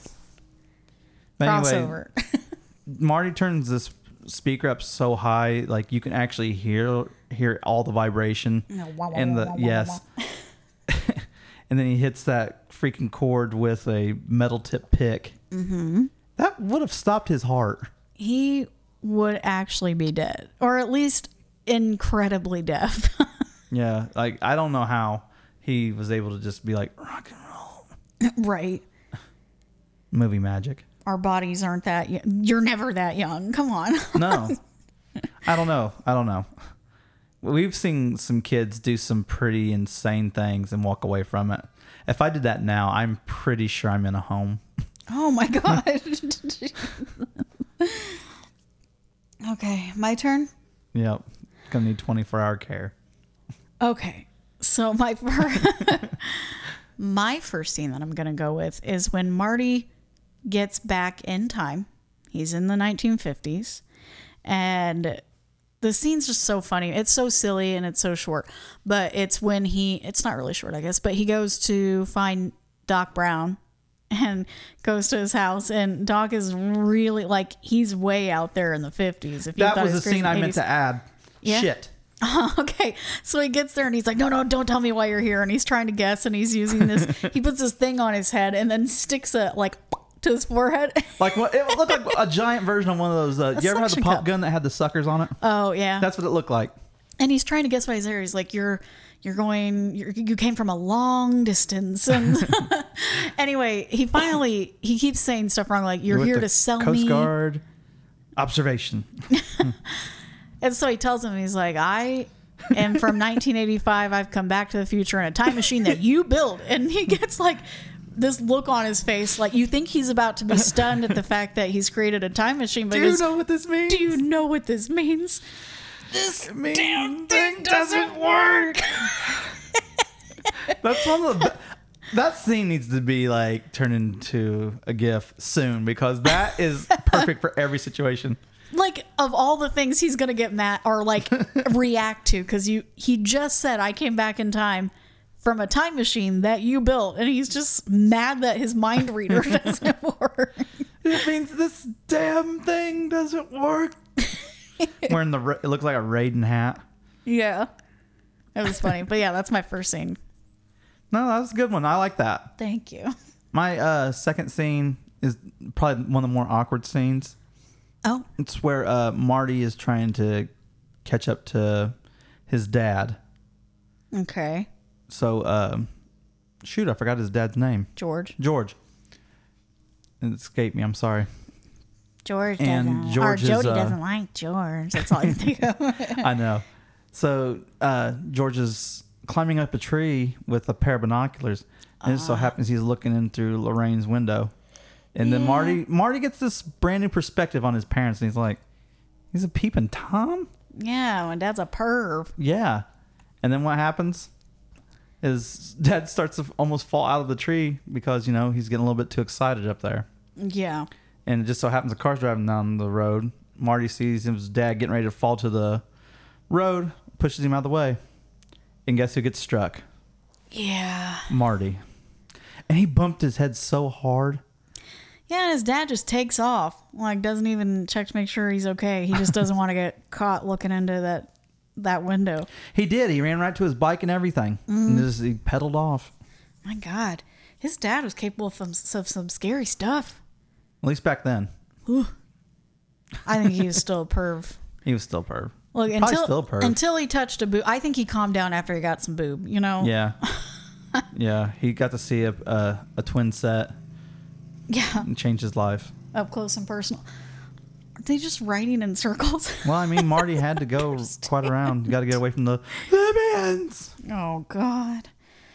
Speaker 4: But anyway,
Speaker 3: Crossover.
Speaker 4: Marty turns this speaker up so high, like you can actually hear hear all the vibration
Speaker 3: No, wah, wah,
Speaker 4: and
Speaker 3: wah,
Speaker 4: the
Speaker 3: wah, wah,
Speaker 4: yes. and then he hits that freaking chord with a metal tip pick. Mm-hmm. That would have stopped his heart.
Speaker 3: he would actually be dead or at least incredibly deaf.
Speaker 4: Yeah, like I don't know how he was able to just be like rock and roll
Speaker 3: right.
Speaker 4: movie magic.
Speaker 3: Our bodies aren't that y- you're never that young. Come on.
Speaker 4: No, I don't know. I don't know. We've seen some kids do some pretty insane things and walk away from it. If I did that now, I'm pretty sure I'm in a home.
Speaker 3: Oh my god. okay, my turn.
Speaker 4: Yep, gonna need 24 hour care.
Speaker 3: Okay. So my first, my first scene that I'm going to go with is when Marty gets back in time. He's in the 1950s and the scene's just so funny. It's so silly and it's so short, but it's when he it's not really short, I guess, but he goes to find Doc Brown and goes to his house and Doc is really like he's way out there in the 50s. If you
Speaker 4: That
Speaker 3: thought
Speaker 4: was
Speaker 3: it
Speaker 4: the
Speaker 3: crazy
Speaker 4: scene I meant
Speaker 3: 80s.
Speaker 4: to add.
Speaker 3: Yeah.
Speaker 4: Shit.
Speaker 3: Okay, so he gets there and he's like, "No, no, don't tell me why you're here." And he's trying to guess, and he's using this. he puts this thing on his head and then sticks it like to his forehead.
Speaker 4: Like what? It looked like a giant version of one of those. Uh, you ever had the
Speaker 3: suction
Speaker 4: pop
Speaker 3: cup.
Speaker 4: gun that had the suckers on it?
Speaker 3: oh yeah,
Speaker 4: That's what it looked like.
Speaker 3: and he's trying to guess why he's there. He's like, "You're, you're going. You're, you came from a long distance." And anyway, he finally he keeps saying stuff wrong, like, "You're
Speaker 4: With
Speaker 3: here
Speaker 4: the
Speaker 3: to sell
Speaker 4: Coast
Speaker 3: me."
Speaker 4: Guard observation.
Speaker 3: And so he tells him, he's like, I am from 1985. I've come back to the future in a time machine that you built. And he gets like this look on his face, like you think he's about to be stunned at the fact that he's created a time machine, but
Speaker 4: Do
Speaker 3: he
Speaker 4: you
Speaker 3: goes,
Speaker 4: know what this means?
Speaker 3: do you know what this means?
Speaker 4: this damn thing doesn't work? That's one of the. That scene needs to be like turned into a GIF soon because that is perfect for every situation.
Speaker 3: Like of all the things he's gonna get mad or like react to, because you he just said I came back in time from a time machine that you built, and he's just mad that his mind reader doesn't work.
Speaker 4: It means this damn thing doesn't work. Wearing the ra- it looks like a Raiden hat.
Speaker 3: Yeah. That was funny. but yeah, that's my first scene.
Speaker 4: No, that was a good one. I like that.
Speaker 3: Thank you.
Speaker 4: My uh, second scene is probably one of the more awkward scenes.
Speaker 3: Oh,
Speaker 4: It's where uh, Marty is trying to catch up to his dad.
Speaker 3: okay.
Speaker 4: So, um, shoot, I forgot his dad's name.
Speaker 3: George.
Speaker 4: George. It escaped me. I'm sorry.
Speaker 3: George
Speaker 4: And
Speaker 3: doesn't.
Speaker 4: George
Speaker 3: or
Speaker 4: is,
Speaker 3: Jody
Speaker 4: uh,
Speaker 3: doesn't like George. That's all I can think of.
Speaker 4: I know. So uh, George is climbing up a tree with a pair of binoculars, and it so happens he's looking in through Lorraine's window, and then Marty Marty gets this brand new perspective on his parents, and he's like, "He's a peeping tom."
Speaker 3: Yeah, when dad's a perv.
Speaker 4: Yeah. And then what happens is dad starts to almost fall out of the tree because, you know, he's getting a little bit too excited up there.
Speaker 3: Yeah.
Speaker 4: And it just so happens a car's driving down the road. Marty sees his dad getting ready to fall to the road, pushes him out of the way. And guess who gets struck?
Speaker 3: Yeah.
Speaker 4: Marty. And he bumped his head so hard.
Speaker 3: Yeah, and his dad just takes off. Like doesn't even check to make sure he's okay. He just doesn't want to get caught looking into that that window.
Speaker 4: He did. He ran right to his bike and everything. And just he pedaled off.
Speaker 3: My God. His dad was capable of some, of some scary stuff.
Speaker 4: At least back then.
Speaker 3: I think he was still a perv.
Speaker 4: He was still perv.
Speaker 3: Look,
Speaker 4: Probably
Speaker 3: until,
Speaker 4: still a perv.
Speaker 3: until he touched a boob, I think he calmed down after he got some boob, you know?
Speaker 4: Yeah. yeah. He got to see a, a, a twin set
Speaker 3: Yeah,
Speaker 4: and change his life.
Speaker 3: up close and personal. Are they just writing in circles?
Speaker 4: Well, I mean, Marty had to go quite around. You got to get away from the Libyans.
Speaker 3: oh, God.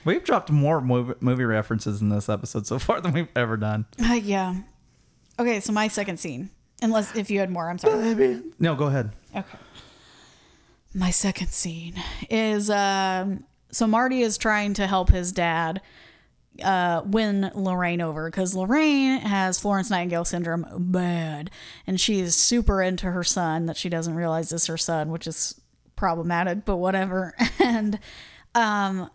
Speaker 4: We've dropped more movie, movie references in this episode so far than we've ever done.
Speaker 3: Uh, yeah. Okay, so my second scene. Unless if you had more, I'm sorry.
Speaker 4: No, go ahead.
Speaker 3: Okay. My second scene is um, so Marty is trying to help his dad uh, win Lorraine over because Lorraine has Florence Nightingale syndrome bad, and she is super into her son that she doesn't realize is her son, which is problematic, but whatever. And um,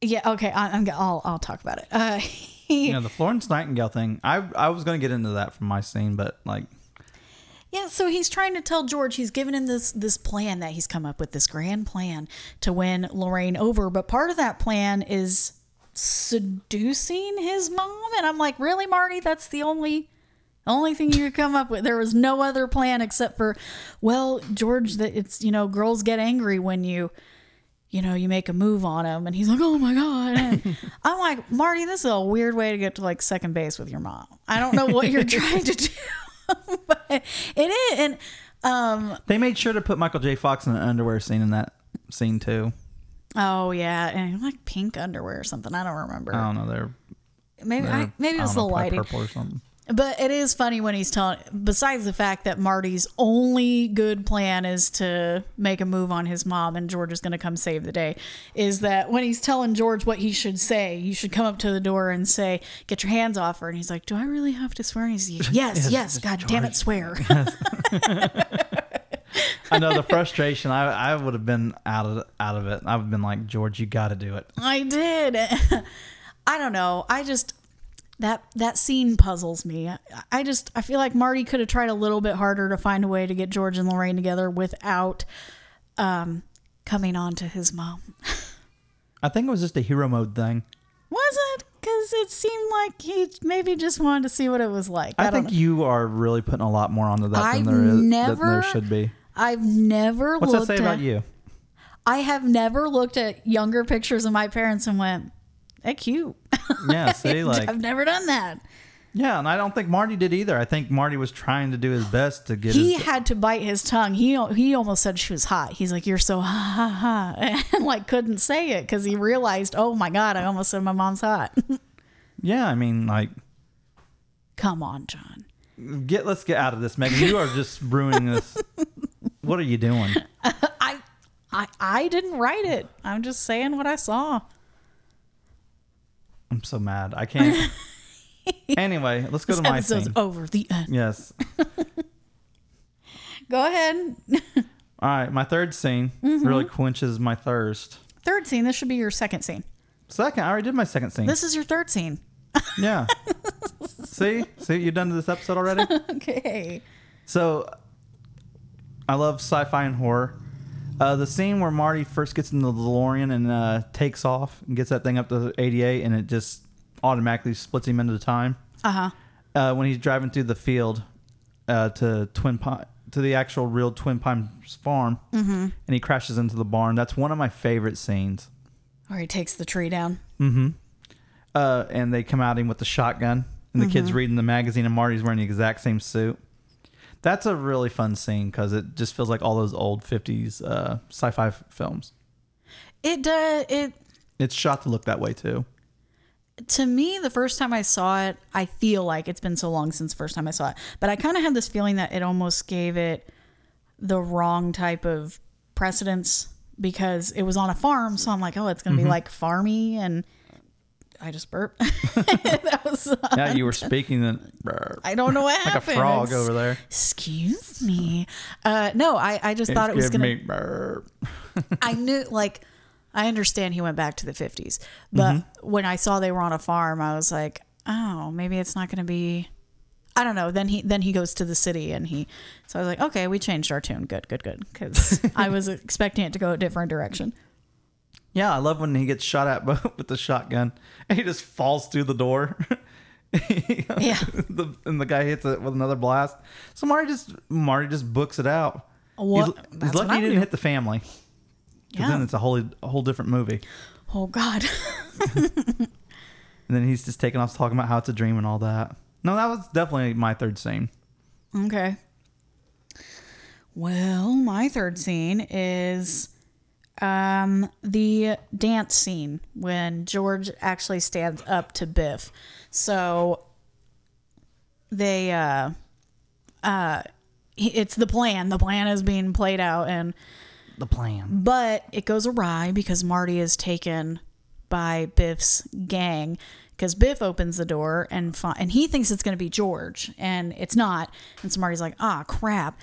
Speaker 3: Yeah. Okay. I, I'm. I'll. I'll talk about it. Uh, he,
Speaker 4: You know, the Florence Nightingale thing. I I was gonna get into that from my scene, but like
Speaker 3: Yeah, so he's trying to tell George he's given him this this plan that he's come up with this grand plan to win Lorraine over, but part of that plan is seducing his mom and I'm like, "Really, Marty? That's the only only thing you could come up with. There was no other plan except for well, George that it's, you know, girls get angry when you you know, you make a move on him and he's like, "Oh my god." And I'm like, "Marty, this is a weird way to get to like second base with your mom. I don't know what you're trying to do." but it is and um
Speaker 4: they made sure to put Michael J. Fox in an underwear scene in that scene too.
Speaker 3: oh yeah and like pink underwear or something i don't remember
Speaker 4: I don't know. They're
Speaker 3: maybe I,
Speaker 4: they're-
Speaker 3: maybe
Speaker 4: Oh,
Speaker 3: it
Speaker 4: I
Speaker 3: was
Speaker 4: don't know, probably
Speaker 3: the lighting
Speaker 4: purple or something.
Speaker 3: but it is funny when he's telling besides the fact that marty's only good plan is to make a move on his mom and george is going to come save the day is that when he's telling george what he should say you should come up to the door and say get your hands off her and he's like do i really have to swear and he's like, yes yes, god damn it swear
Speaker 4: I know the frustration. I I would have been out of out of it. I've been like George, you got to do it.
Speaker 3: I did. I don't know. I just that that scene puzzles me. I, I just I feel like Marty could have tried a little bit harder to find a way to get George and Lorraine together without um coming on to his mom.
Speaker 4: I think it was just a hero mode thing.
Speaker 3: Was it? Because it seemed like he maybe just wanted to see what it was like.
Speaker 4: I,
Speaker 3: I, don't
Speaker 4: think
Speaker 3: know.
Speaker 4: you are really putting a lot more onto that
Speaker 3: I've
Speaker 4: than there is than
Speaker 3: never
Speaker 4: there should be.
Speaker 3: I've never
Speaker 4: What's that
Speaker 3: looked
Speaker 4: say
Speaker 3: at
Speaker 4: about you?
Speaker 3: I have never looked at younger pictures of my parents and went, "That cute."
Speaker 4: Yeah, see, like,
Speaker 3: I've never done that.
Speaker 4: yeah, and I don't think Marty did either. I think Marty was trying to do his best to get
Speaker 3: he
Speaker 4: his.
Speaker 3: had to bite his tongue. He he almost said she was hot. He's like, "You're so ha ha ha," and like couldn't say it because he realized, "Oh my god, I almost said my mom's hot."
Speaker 4: Yeah, I mean, like,
Speaker 3: Come on, John.
Speaker 4: get let's get out of this, Megan. You are just ruining this. What are you doing?
Speaker 3: I I I didn't write it. I'm just saying what I saw.
Speaker 4: I'm so mad. I can't. Anyway, let's go to
Speaker 3: This
Speaker 4: my
Speaker 3: episode's
Speaker 4: scene.
Speaker 3: over. The end.
Speaker 4: Yes.
Speaker 3: Go ahead.
Speaker 4: All right, my third scene
Speaker 3: Mm-hmm.
Speaker 4: really quenches my thirst.
Speaker 3: Third scene. This should be your second scene.
Speaker 4: Second, I already did my second scene.
Speaker 3: This is your third scene.
Speaker 4: yeah. See, see, you've done this episode already.
Speaker 3: Okay.
Speaker 4: So, I love sci-fi and horror. Uh, the scene where Marty first gets in the DeLorean and uh, takes off and gets that thing up to 88 and it just automatically splits him into time.
Speaker 3: Uh huh.
Speaker 4: Uh, when he's driving through the field uh, to Twin Pine, to the actual real Twin Pines farm, mm-hmm. and he crashes into the barn. That's one of my favorite scenes.
Speaker 3: Or he takes the tree down.
Speaker 4: uh, and they come out him with the shotgun, and the kid's
Speaker 3: Mm-hmm.
Speaker 4: reading the magazine, and Marty's wearing the exact same suit. That's a really fun scene because it just feels like all those old '50s uh, sci-fi f- films.
Speaker 3: It does. It
Speaker 4: It's shot to look that way too.
Speaker 3: to me, the first time I saw it, I feel like it's been so long since the first time I saw it, but I kind of had this feeling that it almost gave it the wrong type of precedence because it was on a farm. So I'm like, oh, it's going
Speaker 4: Mm-hmm.
Speaker 3: to be like farmy. And I just burped. that was, uh,
Speaker 4: Yeah, you were speaking then
Speaker 3: I don't know what
Speaker 4: like a
Speaker 3: happened.
Speaker 4: frog over there.
Speaker 3: Excuse me. Uh, no, I, I just thought it was
Speaker 4: Excuse
Speaker 3: going to
Speaker 4: me, brr.
Speaker 3: I knew like I understand he went back to the 50s, but
Speaker 4: Mm-hmm.
Speaker 3: when I saw they were on a farm, I was like, "Oh, maybe it's not going to be I don't know." Then he then he goes to the city and he so I was like, "Okay, we changed our tune. Good, good, good." Cuz I was expecting it to go a different direction.
Speaker 4: Yeah, I love when he gets shot at with the shotgun, and he just falls through the door.
Speaker 3: Yeah.
Speaker 4: the, and the guy hits it with another blast. So Marty just Marty just books it out. he's
Speaker 3: Well,
Speaker 4: he's
Speaker 3: that's what
Speaker 4: lucky
Speaker 3: I
Speaker 4: he didn't
Speaker 3: do.
Speaker 4: hit the family. 'Cause
Speaker 3: Yeah.
Speaker 4: Then it's a whole a whole different movie.
Speaker 3: oh god.
Speaker 4: And then he's just taking off talking about how it's a dream and all that. No, that was definitely my third scene.
Speaker 3: Okay. Well, my third scene is um, the dance scene when George actually stands up to Biff. So they, uh, uh, he- it's the plan. The plan is being played out, and
Speaker 4: The plan.
Speaker 3: but it goes awry because Marty is taken by Biff's gang because Biff opens the door and fi- and he thinks it's going to be George and it's not and so Marty's like ah crap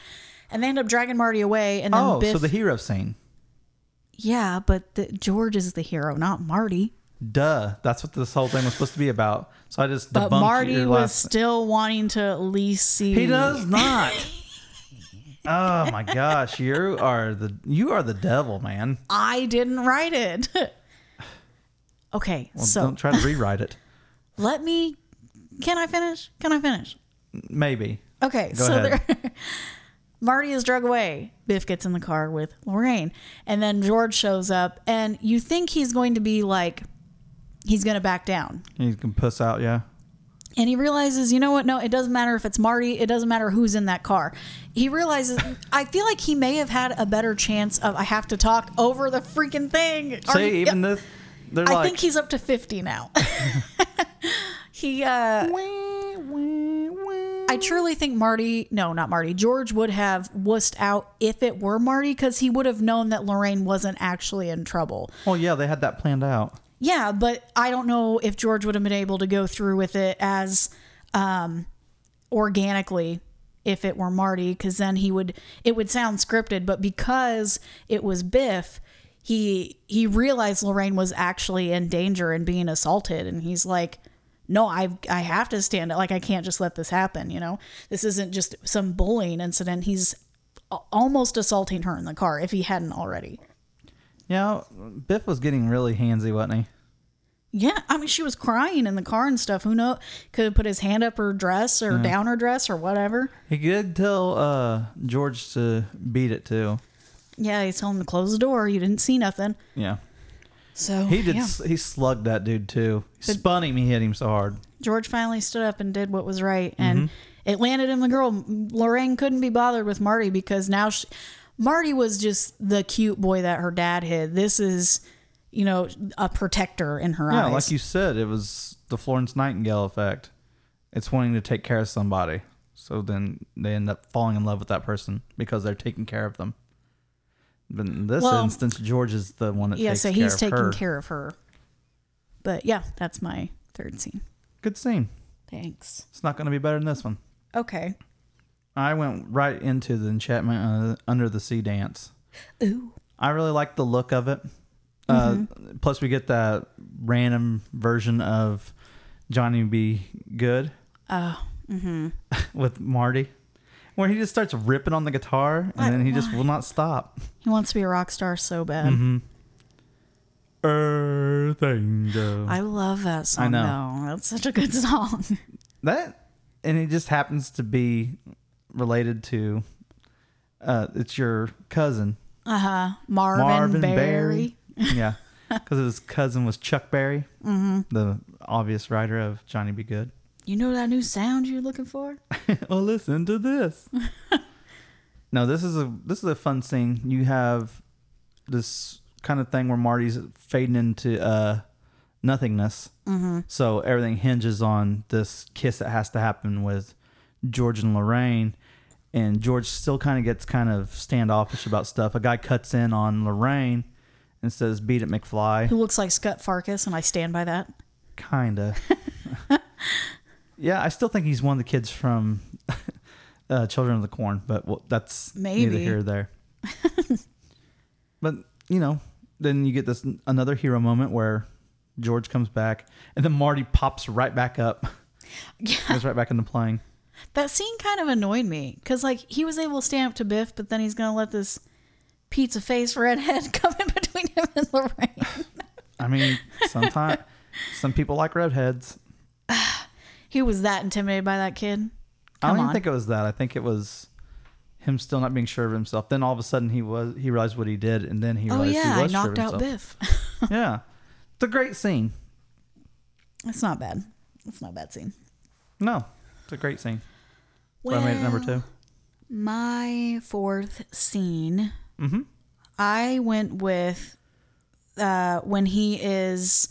Speaker 3: and they end up dragging Marty away and then
Speaker 4: Oh,
Speaker 3: Biff
Speaker 4: so the hero scene.
Speaker 3: yeah but the, George is the hero not Marty
Speaker 4: Duh. That's what this whole thing was supposed to be about. So I just debunked
Speaker 3: But Marty
Speaker 4: your
Speaker 3: was
Speaker 4: last.
Speaker 3: still wanting to at least see.
Speaker 4: he does not. oh my gosh, you are the you are the devil, man.
Speaker 3: I didn't write it. okay,
Speaker 4: Well,
Speaker 3: so
Speaker 4: don't try to rewrite it.
Speaker 3: let me. Can I finish? Can I finish?
Speaker 4: Maybe.
Speaker 3: Okay,
Speaker 4: Go
Speaker 3: so
Speaker 4: ahead.
Speaker 3: there. Marty is drug away. Biff gets in the car with Lorraine. And then George shows up, and you think he's going to be like, he's going to back down.
Speaker 4: You can puss out, yeah.
Speaker 3: And he realizes, you know what? No, it doesn't matter if it's Marty. It doesn't matter who's in that car. He realizes, I feel like he may have had a better chance of, I have to talk over the freaking thing. Are
Speaker 4: Say
Speaker 3: you-
Speaker 4: even this. They're
Speaker 3: I
Speaker 4: like,
Speaker 3: think he's up to 50 now. he, uh, I truly think Marty, no, not Marty, George would have wussed out if it were Marty because he would have known that Lorraine wasn't actually in trouble.
Speaker 4: well, yeah, they had that planned out.
Speaker 3: Yeah, but I don't know if George would have been able to go through with it as um, organically if it were Marty, because then he would it would sound scripted. But because it was Biff, he he realized Lorraine was actually in danger and being assaulted, and he's like, "No, I I have to stand up. Like I can't just let this happen. You know, this isn't just some bullying incident. He's a- almost assaulting her in the car if he hadn't already."
Speaker 4: Yeah, Biff was getting really handsy, wasn't he?
Speaker 3: Yeah, I mean, she was crying in the car and stuff. Who know? Could have put his hand up her dress or down her dress or whatever.
Speaker 4: He did tell uh, George to beat it too.
Speaker 3: Yeah, he's telling him to close the door. You didn't see nothing.
Speaker 4: Yeah,
Speaker 3: So
Speaker 4: he did.
Speaker 3: Oh, yeah.
Speaker 4: s He slugged that dude too. He spun him. He hit him so hard.
Speaker 3: George finally stood up and did what was right, and
Speaker 4: Mm-hmm.
Speaker 3: it landed him the girl. Lorraine couldn't be bothered with Marty because now she, Marty was just the cute boy that her dad hid. This is, you know, a protector in her
Speaker 4: Yeah,
Speaker 3: eyes.
Speaker 4: like you said, it was the Florence Nightingale effect. It's wanting to take care of somebody. So then they end up falling in love with that person because they're taking care of them. But in this
Speaker 3: Well-
Speaker 4: instance, George is the one that
Speaker 3: yeah,
Speaker 4: takes
Speaker 3: so
Speaker 4: care
Speaker 3: he's
Speaker 4: of
Speaker 3: taking
Speaker 4: her.
Speaker 3: care of her. But yeah, that's my third scene.
Speaker 4: Good scene.
Speaker 3: Thanks.
Speaker 4: It's not going to be better than this one.
Speaker 3: Okay.
Speaker 4: I went right into the enchantment under, under the sea dance.
Speaker 3: Ooh.
Speaker 4: I really like the look of it. Uh,
Speaker 3: Mm-hmm.
Speaker 4: plus, we get that random version of Johnny B. Good. Oh, mm-hmm. with Marty, where he just starts ripping on the guitar and
Speaker 3: Why-
Speaker 4: then he just will not stop.
Speaker 3: He wants to be a rock star so bad.
Speaker 4: Mm-hmm. Earth Angel.
Speaker 3: I love that song.
Speaker 4: Mm-hmm. know.
Speaker 3: Though. That's such a good song.
Speaker 4: that, and it just happens to be related to. Uh, it's your cousin
Speaker 3: Uh-huh. Marvin,
Speaker 4: Marvin
Speaker 3: Berry.
Speaker 4: Berry. yeah, because his cousin was Chuck Berry,
Speaker 3: Mm-hmm.
Speaker 4: the obvious writer of Johnny Be Good.
Speaker 3: You know that new sound you're looking for?
Speaker 4: oh, listen to this. no, this is a this is a fun scene. You have this kind of thing where Marty's fading into uh, nothingness. Mm-hmm. So everything hinges on this kiss that has to happen with George and Lorraine. And George still kind of gets kind of standoffish about stuff. A guy cuts in on Lorraine and says, "Beat it, McFly."
Speaker 3: Who looks like Scott Farkas, and I stand by that.
Speaker 4: Kinda. yeah, I still think he's one of the kids from uh, Children of the Corn, but well, that's neither
Speaker 3: Maybe.
Speaker 4: here or there. but you know, then you get this another hero moment where George comes back, and then Marty pops right back up. Yeah, goes right back into playing.
Speaker 3: That scene kind of annoyed me because, like, he was able to stand up to Biff, but then he's going to let this pizza face redhead come in between him and Lorraine.
Speaker 4: I mean, sometimes some people like redheads.
Speaker 3: he was that intimidated by that kid.
Speaker 4: I don't
Speaker 3: Come
Speaker 4: even
Speaker 3: on.
Speaker 4: think it was that. I think it was him still not being sure of himself. Then all of a sudden he was he realized what he did, and then he
Speaker 3: Oh,
Speaker 4: realized
Speaker 3: yeah,
Speaker 4: he
Speaker 3: I
Speaker 4: was
Speaker 3: knocked
Speaker 4: sure of
Speaker 3: out
Speaker 4: himself.
Speaker 3: Biff.
Speaker 4: Yeah. It's a great scene.
Speaker 3: It's not bad. It's not a bad scene.
Speaker 4: No, it's a great scene. So I made it number two.
Speaker 3: My fourth scene,
Speaker 4: Mm-hmm.
Speaker 3: I went with uh, when he is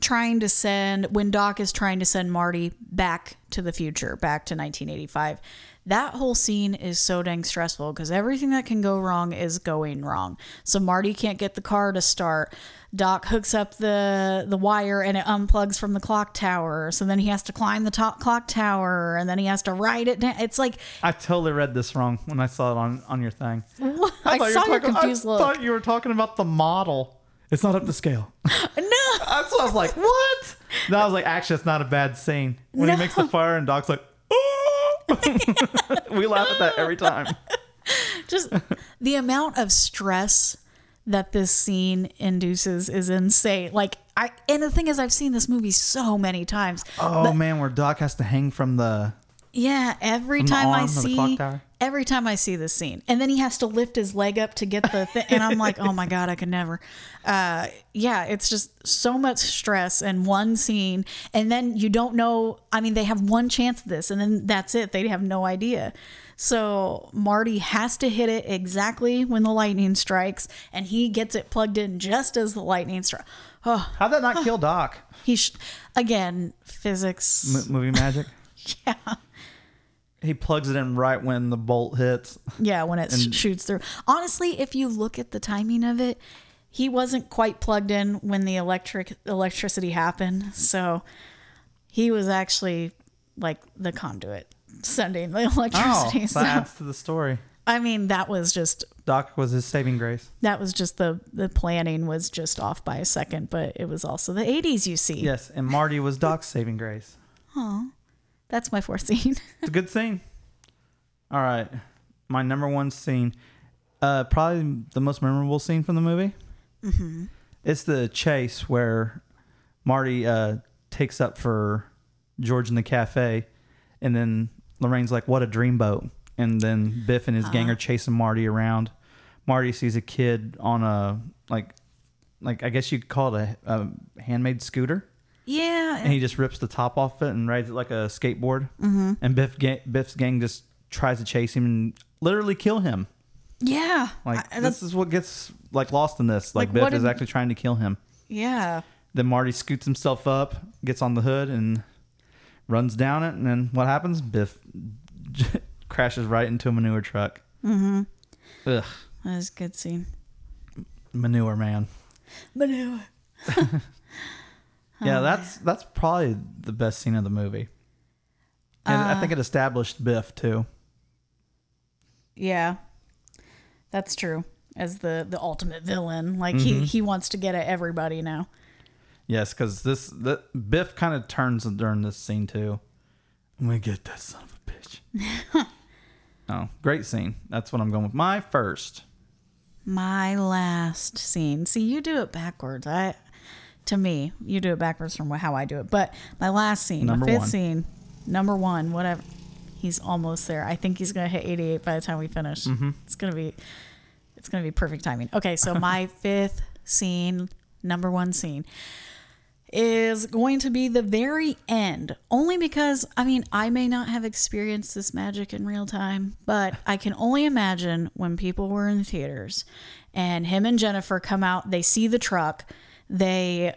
Speaker 3: trying to send, when Doc is trying to send Marty back to the future, back to 1985. That whole scene is so dang stressful because everything that can go wrong is going wrong. So Marty can't get the car to start. Doc hooks up the the wire and it unplugs from the clock tower. So then he has to climb the top clock tower and then he has to ride it down. It's like
Speaker 4: I totally read this wrong when I saw it on, on your thing.
Speaker 3: I, saw your confused
Speaker 4: I
Speaker 3: look.
Speaker 4: thought you were talking about the model. It's not up to scale.
Speaker 3: No.
Speaker 4: That's what I was like, what? No, I was like, actually, it's not a bad scene. When
Speaker 3: No.
Speaker 4: he makes the fire and Doc's like, oh! we laugh at that every time.
Speaker 3: just the amount of stress that this scene induces is insane. Like I and the thing is I've seen this movie so many times.
Speaker 4: Oh man, where Doc has to hang from the
Speaker 3: Yeah, every
Speaker 4: From the
Speaker 3: time I
Speaker 4: arm of the
Speaker 3: see
Speaker 4: clock tower?
Speaker 3: every time I see this scene. And then he has to lift his leg up to get the thing and I'm like, "Oh my god, I could never." Uh yeah, it's just so much stress in one scene and then you don't know, I mean, they have one chance at this and then that's it. They have no idea. So Marty has to hit it exactly when the lightning strikes and he gets it plugged in just as the lightning strikes. Oh,
Speaker 4: how'd that not kill Doc?
Speaker 3: he sh- again, physics.
Speaker 4: M- movie magic. yeah. He plugs it in right when the bolt hits.
Speaker 3: Yeah, when it sh- shoots through. Honestly, if you look at the timing of it, he wasn't quite plugged in when the electric electricity happened. So he was actually like the conduit sending the
Speaker 4: Oh,
Speaker 3: electricity.
Speaker 4: that
Speaker 3: so
Speaker 4: adds to the story.
Speaker 3: I mean, that was just
Speaker 4: Doc was his saving grace.
Speaker 3: that was just the the planning was just off by a second, but it was also the 80s, you see.
Speaker 4: Yes, and Marty was Doc's saving grace.
Speaker 3: That's my fourth scene.
Speaker 4: It's a good scene. All right, my number one scene, uh, probably the most memorable scene from the movie. Mm-hmm. It's the chase where Marty uh, takes up for George in the cafe, and then Lorraine's like, "What a dreamboat!" And then Biff and his gang are chasing Marty around. Marty sees a kid on a like, like I guess you'd call it a, a handmade scooter and
Speaker 3: yeah.
Speaker 4: he just rips the top off it and rides it like a skateboard. Mm-hmm. And Biff ga- Biff's gang just tries to chase him and literally kill him.
Speaker 3: Yeah.
Speaker 4: Like
Speaker 3: I-
Speaker 4: this is what gets like lost in this. Like,
Speaker 3: Like,
Speaker 4: Biff
Speaker 3: what
Speaker 4: is
Speaker 3: did-
Speaker 4: actually trying to kill him.
Speaker 3: yeah.
Speaker 4: Then Marty scoots himself up, gets on the hood, and runs down it. And then what happens? Biff crashes right into a manure truck. Mm-hmm. Ugh,
Speaker 3: That was a good scene.
Speaker 4: manure man.
Speaker 3: Manure.
Speaker 4: yeah, that's that's probably the best scene of the movie. And I think it established Biff too.
Speaker 3: Yeah, that's true. As the the ultimate villain, like
Speaker 4: Mm-hmm.
Speaker 3: he he wants to get at everybody now.
Speaker 4: Yes, because this the, Biff kind of turns during this scene too. I'm gonna get that son of a bitch. oh, great scene. That's what I'm going with. My first.
Speaker 3: My last scene. See, you do it backwards. I to me, you do it backwards from how I do it. But my last scene,
Speaker 4: Number
Speaker 3: my fifth
Speaker 4: one.
Speaker 3: scene, number one, whatever. He's almost there. I think he's gonna hit 88 by the time we finish.
Speaker 4: Mm-hmm.
Speaker 3: It's gonna be it's gonna be perfect timing. Okay, so my fifth scene, number one scene. is going to be the very end. Only because, I mean, I may not have experienced this magic in real time, but I can only imagine when people were in theaters and him and Jennifer come out, they see the truck, they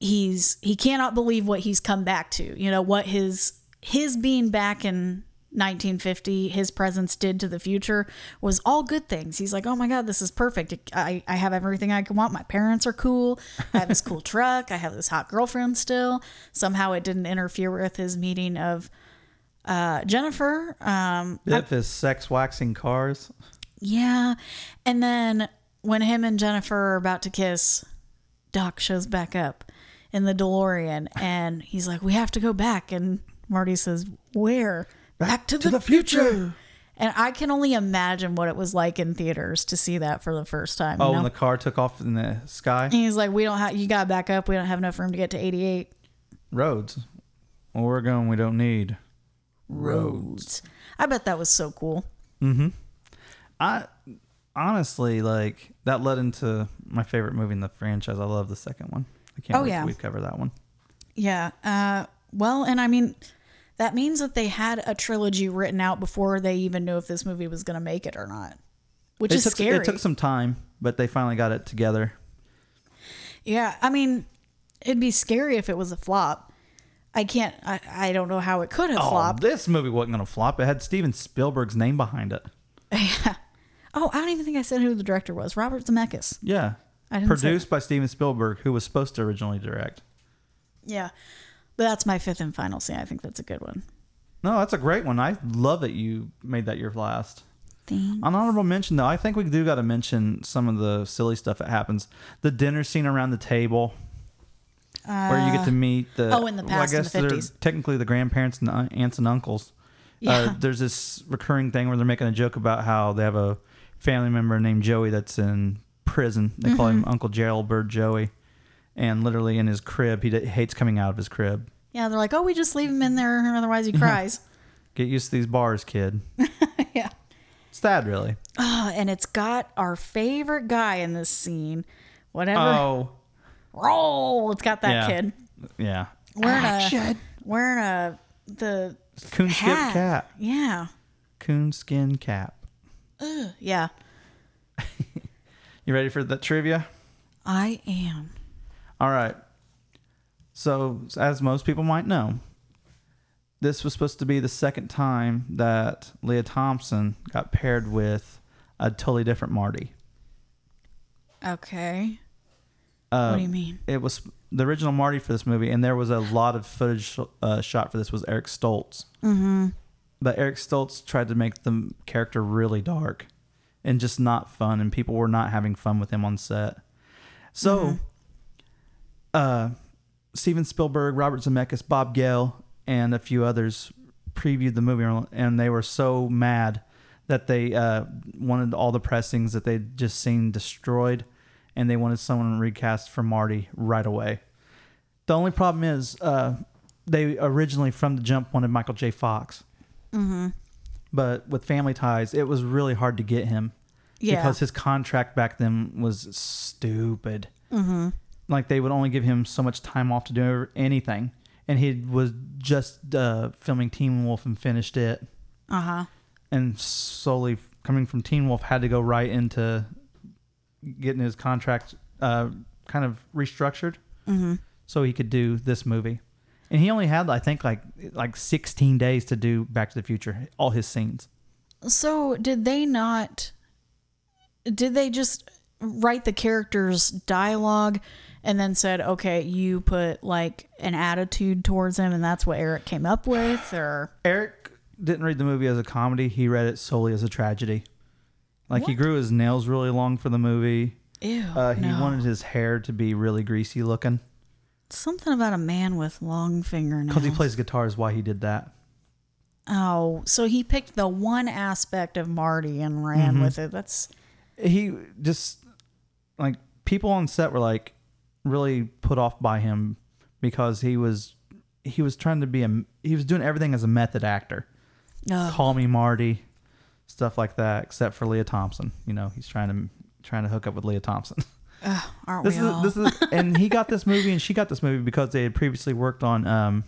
Speaker 3: he's he cannot believe what he's come back to. You know, what his his being back in 1950, his presence did to the future was all good things. He's like, oh my God, this is perfect. I, I have everything I can want. My parents are cool. I have this cool truck. I have this hot girlfriend still. Somehow it didn't interfere with his meeting of uh, Jennifer. Um,
Speaker 4: Biff is sex waxing cars.
Speaker 3: yeah. And then when him and Jennifer are about to kiss, Doc shows back up in the DeLorean and he's like, We have to go back. And Marty says, Where? Back, to, the, future. And I can only imagine what it was like in theaters to see that for the first time.
Speaker 4: Oh,
Speaker 3: you know?
Speaker 4: when the car took off in the sky.
Speaker 3: and he's like, We don't have, you got to back up. We don't have enough room to get to 88.
Speaker 4: Roads. Where we're going, we don't need.
Speaker 3: I bet that was so cool.
Speaker 4: I honestly like that led into my favorite movie in the franchise. I love the second one. I can't
Speaker 3: Oh,
Speaker 4: wait
Speaker 3: yeah.
Speaker 4: till we cover that one.
Speaker 3: Yeah. Uh, well, and I mean, that means that they had a trilogy written out before they even knew if this movie was going to make it or not, which
Speaker 4: It
Speaker 3: is
Speaker 4: took,
Speaker 3: scary.
Speaker 4: it took some time, but they finally got it together.
Speaker 3: yeah. I mean, it'd be scary if it was a flop. I can't, I, I don't know how it could have
Speaker 4: Oh,
Speaker 3: flopped.
Speaker 4: this movie wasn't going to flop. It had Steven Spielberg's name behind it.
Speaker 3: Oh, I don't even think I said who the director was Robert Zemeckis.
Speaker 4: Yeah.
Speaker 3: I didn't say
Speaker 4: Produced by Steven Spielberg, who was supposed to originally direct.
Speaker 3: Yeah. But that's my fifth and final scene. I think that's a good one.
Speaker 4: No, that's a great one. I love that you made that your last.
Speaker 3: Thanks.
Speaker 4: An honorable mention, though, I think we do got to mention some of the silly stuff that happens. The dinner scene around the table, where you get to meet the
Speaker 3: oh, in the past, in the
Speaker 4: they're
Speaker 3: 50s.
Speaker 4: technically the grandparents and the aunts and uncles.
Speaker 3: Yeah.
Speaker 4: Uh, there's this recurring thing where they're making a joke about how they have a family member named Joey that's in prison. They call
Speaker 3: Mm-hmm.
Speaker 4: him Uncle Jailbird Joey, and literally in his crib, he d- hates coming out of his crib.
Speaker 3: Yeah, they're like, oh, we just leave him in there, otherwise he cries.
Speaker 4: Get used to these bars, kid.
Speaker 3: yeah.
Speaker 4: It's sad, really.
Speaker 3: Oh, and it's got our favorite guy in this scene. Whatever.
Speaker 4: Oh,
Speaker 3: Roll. It's got
Speaker 4: yeah.
Speaker 3: that kid
Speaker 4: Yeah.
Speaker 3: wearing a wearing a the
Speaker 4: Coonskin
Speaker 3: hat.
Speaker 4: cap.
Speaker 3: Yeah.
Speaker 4: Coonskin cap.
Speaker 3: Yeah.
Speaker 4: You ready for the trivia?
Speaker 3: I am.
Speaker 4: All right. So, as most people might know, this was supposed to be the second time that Leah Thompson got paired with a totally different Marty.
Speaker 3: Okay.
Speaker 4: Uh,
Speaker 3: what do
Speaker 4: Um,
Speaker 3: you mean?
Speaker 4: It was the original Marty for this movie, and there was a lot of footage uh, shot for this was Eric Stoltz. Mm-hmm. But Eric Stoltz tried to make the character really dark and just not fun, and people were not having fun with him on set. So, uh, Steven Spielberg, Robert Zemeckis, Bob Gale, and a few others previewed the movie, and they were so mad that they uh, wanted all the pressings that they'd just seen destroyed, and they wanted someone recast for Marty right away. The only problem is uh, they originally, from the jump, wanted Michael J. Fox. But with family ties, it was really hard to get him
Speaker 3: Yeah.
Speaker 4: because his contract back then was stupid. Like they would only give him so much time off to do anything, and he was just uh, filming Teen Wolf and finished it,
Speaker 3: Uh huh.
Speaker 4: and solely f- coming from Teen Wolf had to go right into getting his contract uh, kind of restructured, so he could do this movie. And he only had, I think, like like sixteen days to do Back to the Future, all his scenes.
Speaker 3: So did they not? Did they just write the characters' dialogue and then said, "Okay, you put like an attitude towards him, and that's what Eric came up with"? Or
Speaker 4: Eric didn't read the movie as a comedy. He read it solely as a tragedy. Like he grew his nails really long for the movie.
Speaker 3: ew,
Speaker 4: Uh, he
Speaker 3: no.
Speaker 4: wanted his hair to be really greasy looking
Speaker 3: something about a man with long fingernails.
Speaker 4: because he plays guitar is why he did that.
Speaker 3: oh, so he picked the one aspect of Marty and ran
Speaker 4: Mm-hmm.
Speaker 3: with it. That's
Speaker 4: He just like people on set were like really put off by him because he was he was trying to be a he was doing everything as a method actor.
Speaker 3: Ugh.
Speaker 4: Call me Marty, stuff like that. Except for Leah Thompson, you know, he's trying to trying to hook up with Leah Thompson.
Speaker 3: aren't
Speaker 4: This
Speaker 3: we
Speaker 4: is
Speaker 3: all?
Speaker 4: this is and he got this movie and she got this movie because they had previously worked on um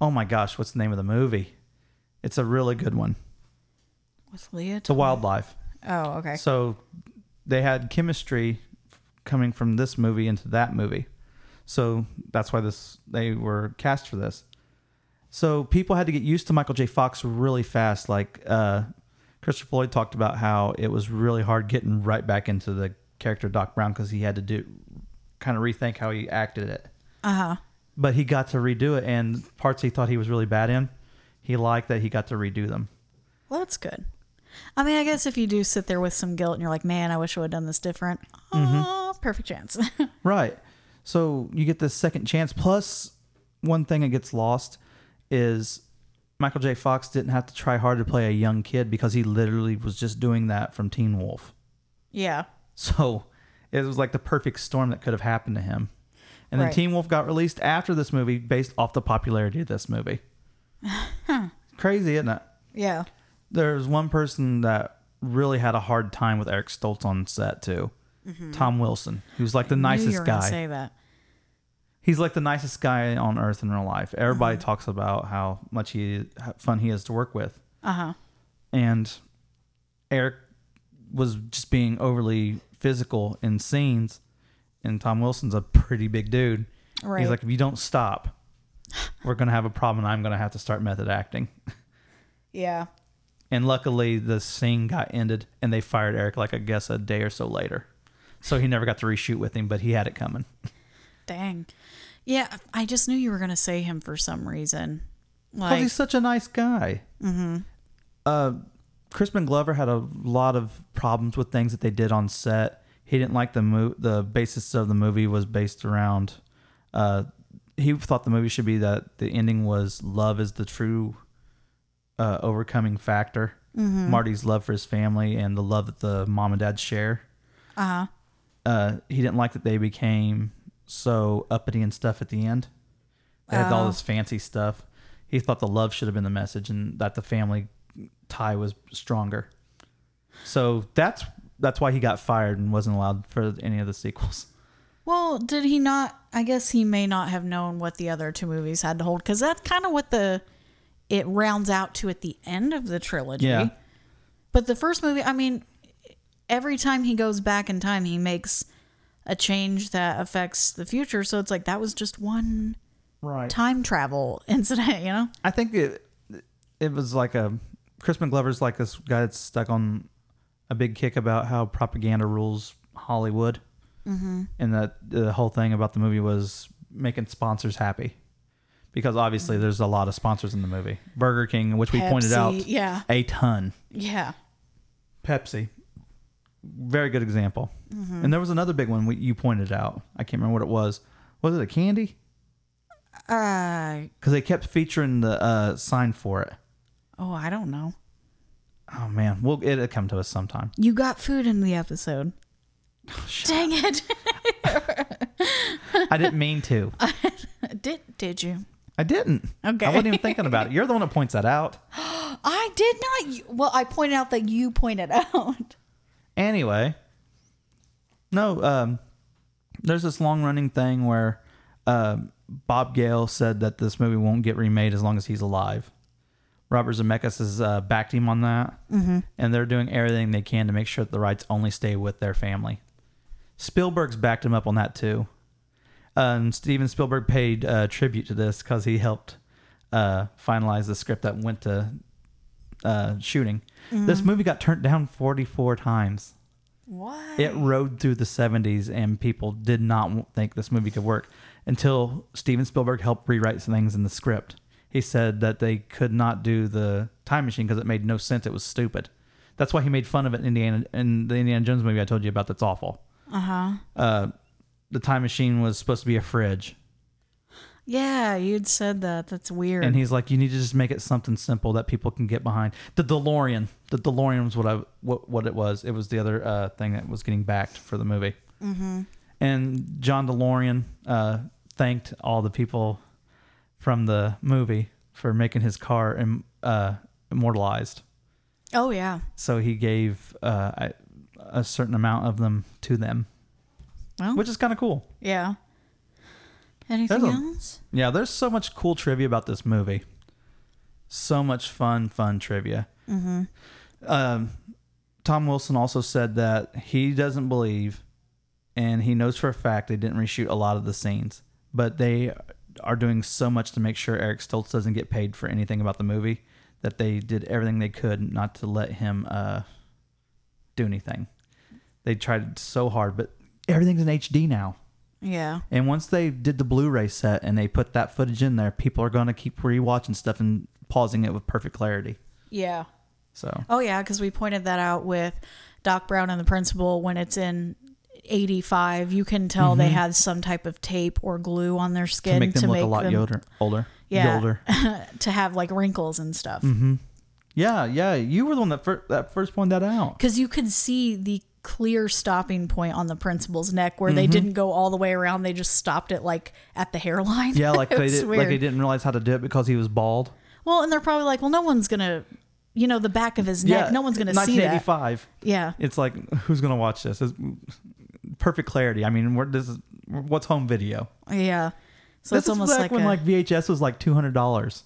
Speaker 4: Oh my gosh, what's the name of the movie? It's a really good one.
Speaker 3: with Leah.
Speaker 4: It's a wildlife.
Speaker 3: oh, okay.
Speaker 4: So they had chemistry coming from this movie into that movie. So that's why this they were cast for this. So people had to get used to Michael J. Fox really fast. Like uh, Christopher Floyd talked about how it was really hard getting right back into the character of Doc Brown because he had to do kind of rethink how he acted it.
Speaker 3: Uh huh.
Speaker 4: But he got to redo it, and parts he thought he was really bad in, he liked that he got to redo them.
Speaker 3: Well, that's good. I mean, I guess if you do sit there with some guilt and you're like, man, I wish I would have done this different,
Speaker 4: Mm-hmm.
Speaker 3: Aw, perfect chance.
Speaker 4: Right. So you get this second chance. Plus, one thing that gets lost is Michael J. Fox didn't have to try hard to play a young kid because he literally was just doing that from Teen Wolf.
Speaker 3: yeah.
Speaker 4: So it was like the perfect storm that could have happened to him. And then
Speaker 3: Right.
Speaker 4: Teen Wolf got released after this movie based off the popularity of this movie. Crazy, isn't it?
Speaker 3: Yeah.
Speaker 4: there was one person that really had a hard time with Eric Stoltz on set too. Tom Wilson, who's like the
Speaker 3: Mm-hmm. Knew you
Speaker 4: nicest
Speaker 3: were gonna
Speaker 4: guy.
Speaker 3: say that.
Speaker 4: He's like the nicest guy on earth in real life. Everybody talks about how much he how fun he is to work with,
Speaker 3: Uh huh.
Speaker 4: and Eric was just being overly physical in scenes. And Tom Wilson's a pretty big dude.
Speaker 3: Right.
Speaker 4: He's like, if you don't stop, we're gonna have a problem, and I'm gonna have to start method acting.
Speaker 3: yeah.
Speaker 4: And luckily, the scene got ended, and they fired Eric like I guess a day or so later. So he never got to reshoot with him, but he had it coming.
Speaker 3: Dang. Yeah. I just knew you were going to say him for some reason.
Speaker 4: Because
Speaker 3: Like,
Speaker 4: he's such a nice guy. Mm-hmm. Uh, Crispin Glover had a lot of problems with things that they did on set. He didn't like the mo- the basis of the movie was based around. Uh, he thought the movie should be that the ending was love is the true uh, overcoming factor. Marty's love for his family and the love that the mom and dad share.
Speaker 3: Uh huh.
Speaker 4: Uh, he didn't like that they became so uppity and stuff at the end. They had all this fancy stuff. He thought the love should have been the message and that the family tie was stronger. So that's that's why he got fired and wasn't allowed for any of the sequels.
Speaker 3: Well, did he not? I guess he may not have known what the other two movies had to hold because that's kind of what the it rounds out to at the end of the trilogy.
Speaker 4: Yeah.
Speaker 3: But the first movie, I mean, every time he goes back in time, he makes a change that affects the future. So it's like that was just one
Speaker 4: Right.
Speaker 3: time travel incident, you know?
Speaker 4: I think it it was like a Crispin Glover's like this guy that's stuck on a big kick about how propaganda rules Hollywood, mm-hmm. and that the whole thing about the movie was making sponsors happy, because obviously there's a lot of sponsors in the movie. Burger King, which we pointed
Speaker 3: Pepsi,
Speaker 4: out,
Speaker 3: yeah.
Speaker 4: a ton.
Speaker 3: Yeah.
Speaker 4: Pepsi, very good example. And there was another big one we, you pointed out. I can't remember what it was. Was it a candy?
Speaker 3: Uh
Speaker 4: Because they kept featuring the uh, sign for it.
Speaker 3: oh, I don't know.
Speaker 4: Oh man, we'll it'll come to us sometime.
Speaker 3: You got food in the episode.
Speaker 4: Oh,
Speaker 3: Dang it.
Speaker 4: I didn't mean to.
Speaker 3: did did you?
Speaker 4: I didn't.
Speaker 3: Okay.
Speaker 4: I wasn't even thinking about it. You're the one that points that out.
Speaker 3: I did not. You- Well, I pointed out that you pointed out.
Speaker 4: Anyway, no. Um, there's this long running thing where um Bob Gale said that this movie won't get remade as long as he's alive. Robert Zemeckis has uh, backed him on that, mm-hmm. and they're doing everything they can to make sure that the rights only stay with their family. Spielberg's backed him up on that too. Um, Steven Spielberg paid uh, tribute to this because he helped uh, finalize the script that went to uh, shooting. This movie got turned down 44 times.
Speaker 3: What?
Speaker 4: It rode through the 70s, and people did not w- think this movie could work until Steven Spielberg helped rewrite some things in the script. He said that they could not do the time machine because it made no sense. It was stupid. That's why he made fun of it in Indiana in the Indiana Jones movie I told you about. That's awful. Uh-huh. The time machine was supposed to be a fridge,
Speaker 3: Yeah, you'd said that. That's weird.
Speaker 4: and he's like, "You need to just make it something simple that people can get behind." The DeLorean. The DeLorean was what I what, what it was. It was the other uh, thing that was getting backed for the movie. Mm-hmm. And John DeLorean uh, thanked all the people from the movie for making his car Im- uh, immortalized.
Speaker 3: oh yeah.
Speaker 4: So he gave uh, a, a certain amount of them to them,
Speaker 3: Well,
Speaker 4: which is kind of cool.
Speaker 3: yeah. Anything
Speaker 4: There's a-
Speaker 3: else?
Speaker 4: Yeah, there's so much cool trivia about this movie. So much fun, fun trivia. Mm-hmm. Um, Tom Wilson also said that he doesn't believe, and he knows for a fact they didn't reshoot a lot of the scenes, but they are doing so much to make sure Eric Stoltz doesn't get paid for anything about the movie that they did everything they could not to let him uh, do anything. They tried so hard, but everything's in HD now.
Speaker 3: Yeah.
Speaker 4: And once they did the Blu-ray set and they put that footage in there, people are going to keep rewatching stuff and pausing it with perfect clarity.
Speaker 3: Yeah.
Speaker 4: So
Speaker 3: Oh yeah, because we pointed that out with Doc Brown and the Principal when it's in. 85 you can tell they had some type of tape or glue on their skin
Speaker 4: Mm-hmm. to make them look a lot yoder, older,
Speaker 3: Yeah.
Speaker 4: older.
Speaker 3: to have like wrinkles and
Speaker 4: Mm-hmm.
Speaker 3: stuff
Speaker 4: yeah, yeah. You were the one that fir- that first pointed that out.
Speaker 3: because you could see the clear stopping point on the principal's neck where
Speaker 4: Mm-hmm.
Speaker 3: they didn't go all the way around they just stopped it like at the hairline
Speaker 4: Yeah, like
Speaker 3: It
Speaker 4: they
Speaker 3: was
Speaker 4: did, like
Speaker 3: weird.
Speaker 4: they didn't realize how to do it because he was bald.
Speaker 3: well and they're probably like well no one's gonna you know the back of his
Speaker 4: yeah,
Speaker 3: neck no one's gonna see that
Speaker 4: 1985.
Speaker 3: yeah
Speaker 4: It's like who's gonna watch this? It's perfect clarity. I mean, where this is what's home video.
Speaker 3: yeah so
Speaker 4: this
Speaker 3: it's
Speaker 4: is
Speaker 3: almost
Speaker 4: back
Speaker 3: like,
Speaker 4: when
Speaker 3: a,
Speaker 4: like VHS was like two hundred dollars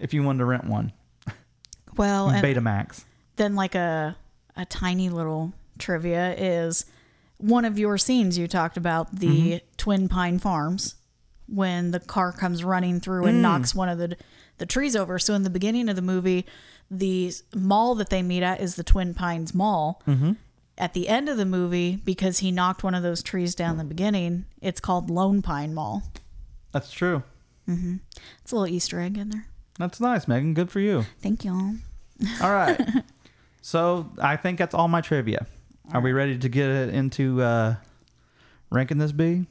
Speaker 4: if you wanted to rent one.
Speaker 3: well and
Speaker 4: Betamax.
Speaker 3: then like a a tiny little trivia is one of your scenes you talked about the
Speaker 4: Mm-hmm.
Speaker 3: Twin Pine Farms when the car comes running through
Speaker 4: Mm.
Speaker 3: and knocks one of the the trees over. So in the beginning of the movie, the mall that they meet at is the Twin Pines Mall.
Speaker 4: Mm-hmm.
Speaker 3: At the end of the movie, because he knocked one of those trees down in the beginning, it's called Lone Pine Mall.
Speaker 4: That's true. Mm-hmm.
Speaker 3: It's a little Easter egg in there.
Speaker 4: That's nice, Megan. Good for you.
Speaker 3: Thank y'all.
Speaker 4: All right. So I think that's all my trivia. Are we ready to get it into uh, ranking this B?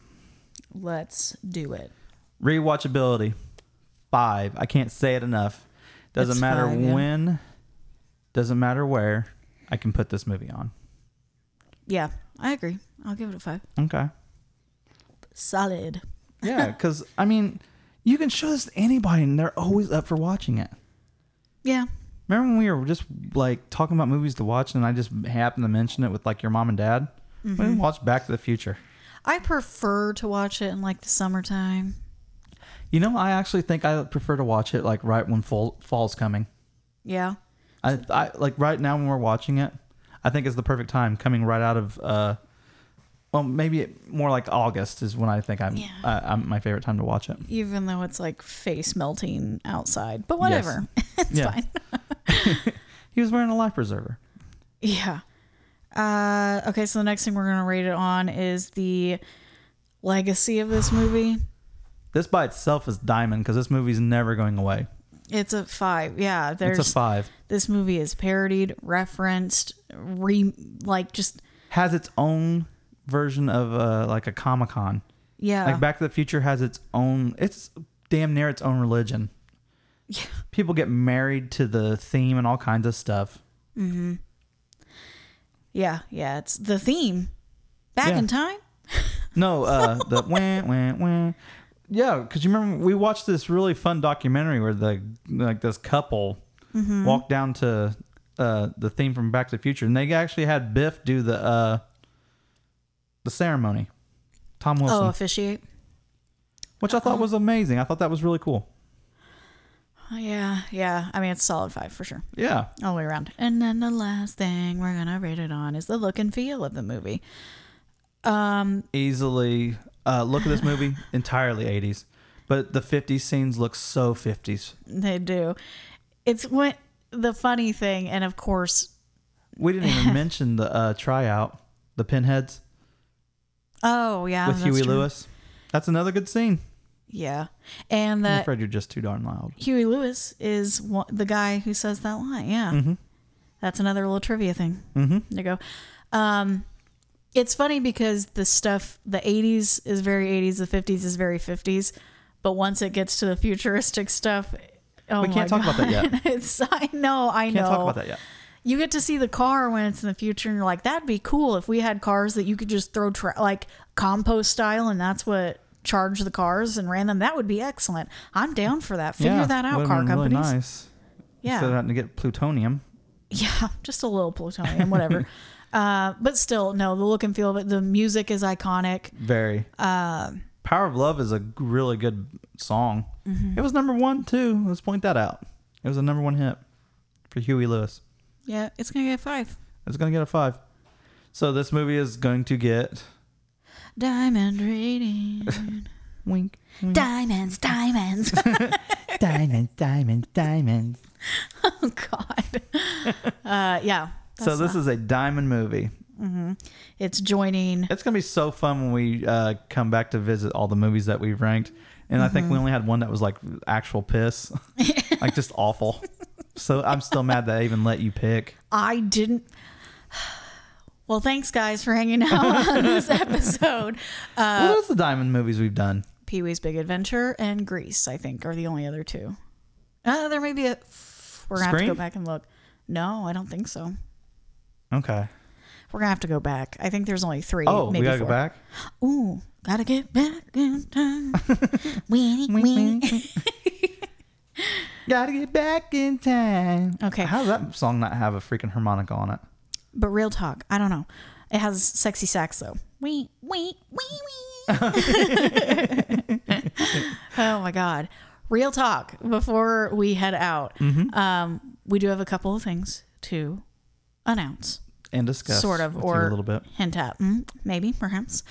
Speaker 3: Let's do it.
Speaker 4: Rewatchability, five. I can't say it enough. Doesn't
Speaker 3: It's
Speaker 4: matter
Speaker 3: five, yeah.
Speaker 4: when, doesn't matter where. I can put this movie on.
Speaker 3: Yeah, I agree. I'll give it a five.
Speaker 4: Okay.
Speaker 3: Solid.
Speaker 4: Yeah, because I mean, you can show this to anybody, and they're always up for watching it.
Speaker 3: Yeah.
Speaker 4: Remember when we were just like talking about movies to watch, and I just happened to mention it with like your mom and dad? We
Speaker 3: Mm-hmm.
Speaker 4: didn't watch Back to the Future.
Speaker 3: I prefer to watch it in like the summertime.
Speaker 4: You know, I actually think I prefer to watch it like right when fall, fall's coming.
Speaker 3: Yeah.
Speaker 4: I, I like right now when we're watching it. I think it's the perfect time coming right out of. uh Well, maybe it, more like August is when I think I'm.
Speaker 3: Yeah.
Speaker 4: I, I'm my favorite time to watch it.
Speaker 3: Even though it's like face melting outside, but whatever. it's
Speaker 4: Yeah.
Speaker 3: fine.
Speaker 4: He was wearing a life preserver.
Speaker 3: Yeah. Uh, okay, so the next thing we're going to rate it on is the legacy of this movie.
Speaker 4: This by itself is diamond because this movie's never going away.
Speaker 3: It's a five. Yeah, there's
Speaker 4: it's a five.
Speaker 3: this movie is parodied, referenced, re like just
Speaker 4: Has its own version of uh, like a Comic Con.
Speaker 3: yeah.
Speaker 4: Like Back to the Future has its own. It's damn near its own religion.
Speaker 3: Yeah.
Speaker 4: People get married to the theme and all kinds of stuff.
Speaker 3: Mm-hmm. yeah, yeah, it's the theme. Back
Speaker 4: Yeah.
Speaker 3: in time?
Speaker 4: No, uh, the wah, wah, wah. Yeah, because you remember we watched this really fun documentary where the like this couple
Speaker 3: Mm-hmm.
Speaker 4: walked down to uh, the theme from Back to the Future, and they actually had Biff do the uh, the ceremony. Tom Wilson,
Speaker 3: Oh, uh-huh. officiate.
Speaker 4: which I thought was amazing. I thought that was really cool.
Speaker 3: Oh, yeah, yeah. I mean, it's solid five for sure.
Speaker 4: Yeah,
Speaker 3: all the way around. And then the last thing we're gonna rate it on is the look and feel of the movie.
Speaker 4: easily. Uh, look at this movie entirely '80s, but the '50s scenes look so '50s.
Speaker 3: They do. It's what the funny thing, and of course,
Speaker 4: We didn't even mention the uh, tryout, the pinheads
Speaker 3: oh yeah,
Speaker 4: with
Speaker 3: that's
Speaker 4: Huey
Speaker 3: true.
Speaker 4: Lewis. That's another good scene.
Speaker 3: Yeah, and
Speaker 4: I'm
Speaker 3: the
Speaker 4: afraid you're just too darn loud.
Speaker 3: Huey Lewis is one, the guy who says that line. Yeah,
Speaker 4: Mm. Mm-hmm.
Speaker 3: that's another little trivia thing. Mm-hmm. There you go. Um, it's funny because the stuff the '80s is very '80s, the '50s is very '50s, but once it gets to the futuristic stuff, oh
Speaker 4: We
Speaker 3: my
Speaker 4: can't talk about that
Speaker 3: God.
Speaker 4: yet.
Speaker 3: it's I know, I know.
Speaker 4: Can't talk about that yet.
Speaker 3: You get to see the car when it's in the future, and you're like, that'd be cool if we had cars that you could just throw tra- like compost style, and that's what charged the cars and ran them. That would be excellent. I'm down for that. Figure that out,
Speaker 4: would've
Speaker 3: car
Speaker 4: been
Speaker 3: companies.
Speaker 4: Really nice.
Speaker 3: Yeah,
Speaker 4: Instead of having to get plutonium.
Speaker 3: yeah, just a little plutonium, whatever. uh, but still, no, the look and feel of it. The music is iconic.
Speaker 4: Very. Power of Love is a g- really good song. It was number one too. Let's point that out. It was a number one hit for Huey Lewis.
Speaker 3: Yeah, it's gonna get five
Speaker 4: It's gonna get a five. So this movie is going to get
Speaker 3: diamond rating.
Speaker 4: wink, wink
Speaker 3: diamonds, diamonds.
Speaker 4: diamond, diamond, diamond.
Speaker 3: oh God. Uh, yeah. mm-hmm.
Speaker 4: So this is a diamond movie.
Speaker 3: It's joining.
Speaker 4: It's gonna be so fun when we uh, come back to visit all the movies that we've ranked. And I
Speaker 3: Mm-hmm.
Speaker 4: think we only had one that was like actual piss, like just awful. So I'm still mad that I even let you pick.
Speaker 3: I didn't. Well, thanks guys for hanging out on this episode. Uh,
Speaker 4: what is the diamond movies we've done?
Speaker 3: Pee Wee's Big Adventure and Grease, I think, are the only other two. Uh, there may be a. We're gonna have to
Speaker 4: Scream?
Speaker 3: go back and look. No, I don't think so.
Speaker 4: Okay.
Speaker 3: We're gonna have to go back. I think there's only three.
Speaker 4: Oh,
Speaker 3: maybe
Speaker 4: we gotta
Speaker 3: four.
Speaker 4: go back.
Speaker 3: Ooh, gotta get back in time. Weenie, weenie.
Speaker 4: gotta get back in time.
Speaker 3: Okay.
Speaker 4: How does that song not have a freaking harmonica on it?
Speaker 3: But real talk, I don't know. It has sexy sax though. Wee wee wee wee. oh my god. Real talk. Before we head out,
Speaker 4: Mm-hmm.
Speaker 3: um, we do have a couple of things to announce,
Speaker 4: And discuss
Speaker 3: sort of,
Speaker 4: with you
Speaker 3: or
Speaker 4: a little bit.
Speaker 3: hint at, Mm, maybe, perhaps.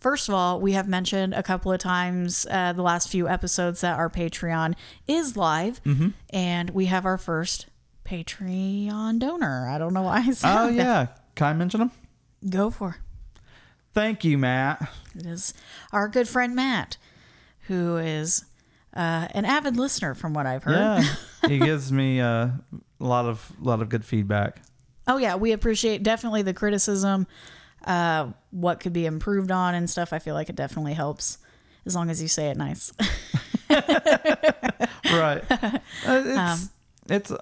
Speaker 3: First of all, we have mentioned a couple of times uh, the last few episodes that our Patreon is live,
Speaker 4: Mm-hmm.
Speaker 3: and we have our first Patreon donor. I don't know why I said
Speaker 4: Oh
Speaker 3: that.
Speaker 4: yeah. Can I mention them?
Speaker 3: Go for
Speaker 4: Thank you, Matt.
Speaker 3: it. It is our good friend Matt, who is uh, an avid listener, from what I've heard.
Speaker 4: Yeah. he gives me uh, a lot of lot of good feedback.
Speaker 3: Oh yeah, we appreciate definitely the criticism, uh, what could be improved on and stuff. I feel like it definitely helps as long as you say it nice.
Speaker 4: right. Uh, it's, it's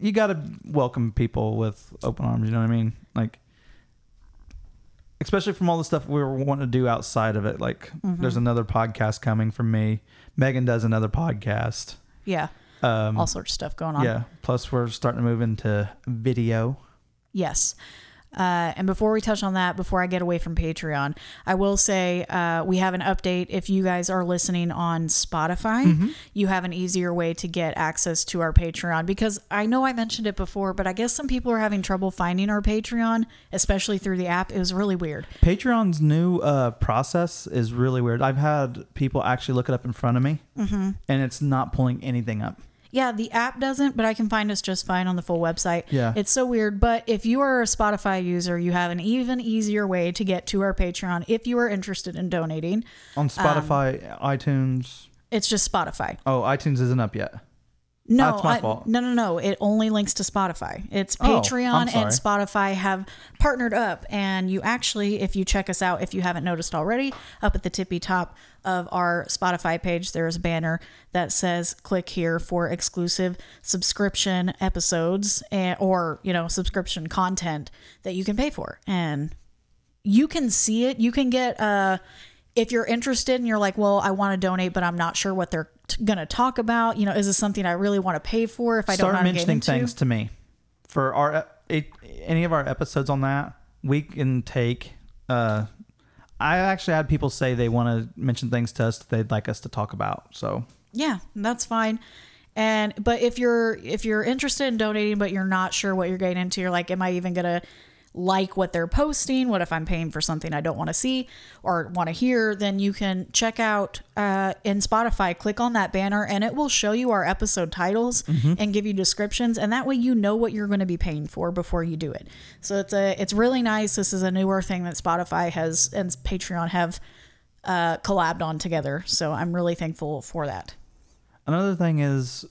Speaker 4: you got to welcome people with open arms. You know what I mean? Like, especially from all the stuff we were wanting to do outside of it. Like, there's another podcast coming from me. Megan does another podcast.
Speaker 3: yeah,
Speaker 4: Um,
Speaker 3: all sorts of stuff going on.
Speaker 4: yeah. Plus, we're starting to move into video.
Speaker 3: Yes. Uh, and before we touch on that, before I get away from Patreon, I will say uh, we have an update. If you guys are listening on Spotify,
Speaker 4: Mm-hmm.
Speaker 3: you have an easier way to get access to our Patreon because I know I mentioned it before, but I guess some people are having trouble finding our Patreon, especially through the app. It was really weird.
Speaker 4: Patreon's new uh, process is really weird. I've had people actually look it up in front of me,
Speaker 3: Mm-hmm.
Speaker 4: and it's not pulling anything up.
Speaker 3: Yeah, the app doesn't, but I can find us just fine on the full website.
Speaker 4: Yeah.
Speaker 3: It's so weird. But if you are a Spotify user, you have an even easier way to get to our Patreon if you are interested in donating.
Speaker 4: On Spotify, iTunes.
Speaker 3: It's just Spotify.
Speaker 4: Oh, iTunes isn't up yet.
Speaker 3: No,
Speaker 4: Oh, That's my
Speaker 3: I-
Speaker 4: fault.
Speaker 3: no, no, no. It only links to Spotify. It's
Speaker 4: Oh, I'm
Speaker 3: Patreon and Spotify have partnered up, and you actually, if you check us out, if you haven't noticed already, up at the tippy top of our Spotify page, there is a banner that says "Click here for exclusive subscription episodes and, or you know subscription content that you can pay for." And you can see it. You can get uh if you're interested and you're like, well, I want to donate, but I'm not sure what they're t- going to talk about. You know, is this something I really want to pay for? If I don't know
Speaker 4: Start
Speaker 3: how to get
Speaker 4: mentioning
Speaker 3: into,
Speaker 4: things to me for our e, it, any of our episodes on that. We can take. Uh, I actually had people say they want to mention things to us that they'd like us to talk about. So
Speaker 3: yeah, that's fine. And but if you're if you're interested in donating, but you're not sure what you're getting into, you're like, am I even gonna like what they're posting? What if I'm paying for something I don't want to see or want to hear? Then you can check out uh, in Spotify. Click on that banner, and it will show you our episode titles and give you descriptions, and that way you know what you're going to be paying for before you do it. So it's a it's really nice. This is a newer thing that Spotify has and Patreon have uh, collabed on together. So I'm really thankful for that.
Speaker 4: Another thing is,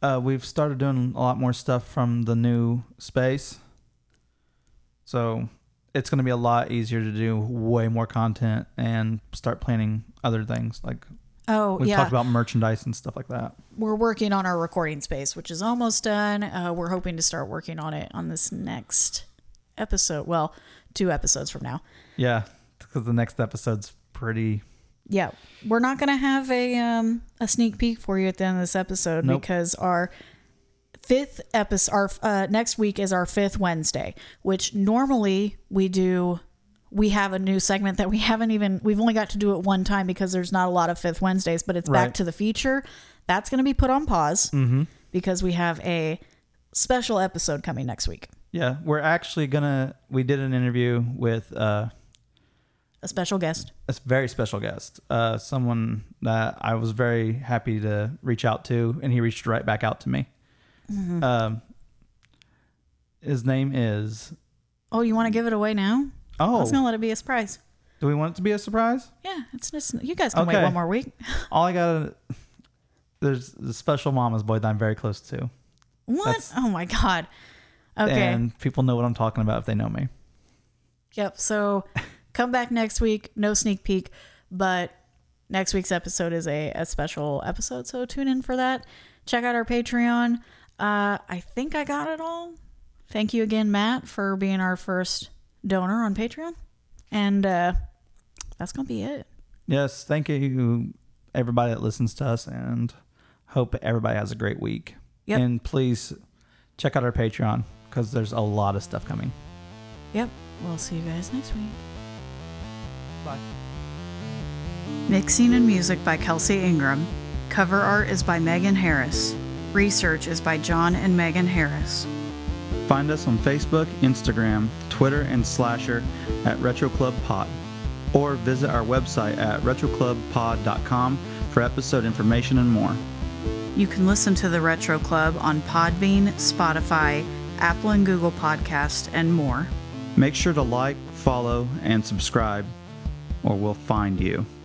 Speaker 4: uh, we've started doing a lot more stuff from the new space. So it's going to be a lot easier to do way more content and start planning other things. Like
Speaker 3: Oh
Speaker 4: we've
Speaker 3: yeah,
Speaker 4: talked about merchandise and stuff like that.
Speaker 3: we're working on our recording space, which is almost done. Uh, we're hoping to start working on it on this next episode. Well, two episodes from now.
Speaker 4: Yeah, because the next episode's pretty.
Speaker 3: Yeah, we're not gonna have a um, a sneak peek for you at the end of this episode
Speaker 4: Nope.
Speaker 3: because our fifth episode, our uh, next week is our fifth Wednesday, which normally we do. We have a new segment that we haven't even. We've only got to do it one time because there's not a lot of fifth Wednesdays, but it's
Speaker 4: Right.
Speaker 3: back to the feature. That's gonna be put on pause because we have a special episode coming next week.
Speaker 4: Yeah, we're actually gonna. We did an interview with uh,
Speaker 3: A special guest.
Speaker 4: a very special guest, uh, someone that I was very happy to reach out to, and he reached right back out to me.
Speaker 3: Mm-hmm.
Speaker 4: Um, his name is.
Speaker 3: Oh, you want to give it away now? I
Speaker 4: Oh,
Speaker 3: was gonna let it be a surprise.
Speaker 4: do we want it to be a surprise?
Speaker 3: Yeah, it's just you guys can wait
Speaker 4: Okay.
Speaker 3: one more week.
Speaker 4: All I got. There's the special mama's boy that I'm very close to,
Speaker 3: What?
Speaker 4: That's-
Speaker 3: oh my god. Okay.
Speaker 4: and people know what I'm talking about if they know me.
Speaker 3: yep. So come back next week. No sneak peek, but next week's episode is a, a special episode. So tune in for that. Check out our Patreon. Uh, I think I got it all. Thank you again, Matt, for being our first donor on Patreon. And uh, that's going to be it.
Speaker 4: Yes, thank you everybody that listens to us and hope everybody has a great week.
Speaker 3: Yep.
Speaker 4: And please check out our Patreon because there's a lot of stuff coming.
Speaker 3: Yep. We'll see you guys next week.
Speaker 4: Bye.
Speaker 3: Mixing and music by Kelsey Ingram. Cover art is by Megan Harris. Research is by John and Megan Harris.
Speaker 4: Find us on Facebook, Instagram, Twitter, and Slasher at Retro Club Pod. Or visit our website at retroclubpod.com for episode information and more.
Speaker 3: You can listen to The Retro Club on Podbean, Spotify, Apple and Google Podcast, and more.
Speaker 4: Make sure to like, follow, and subscribe, or we'll find you.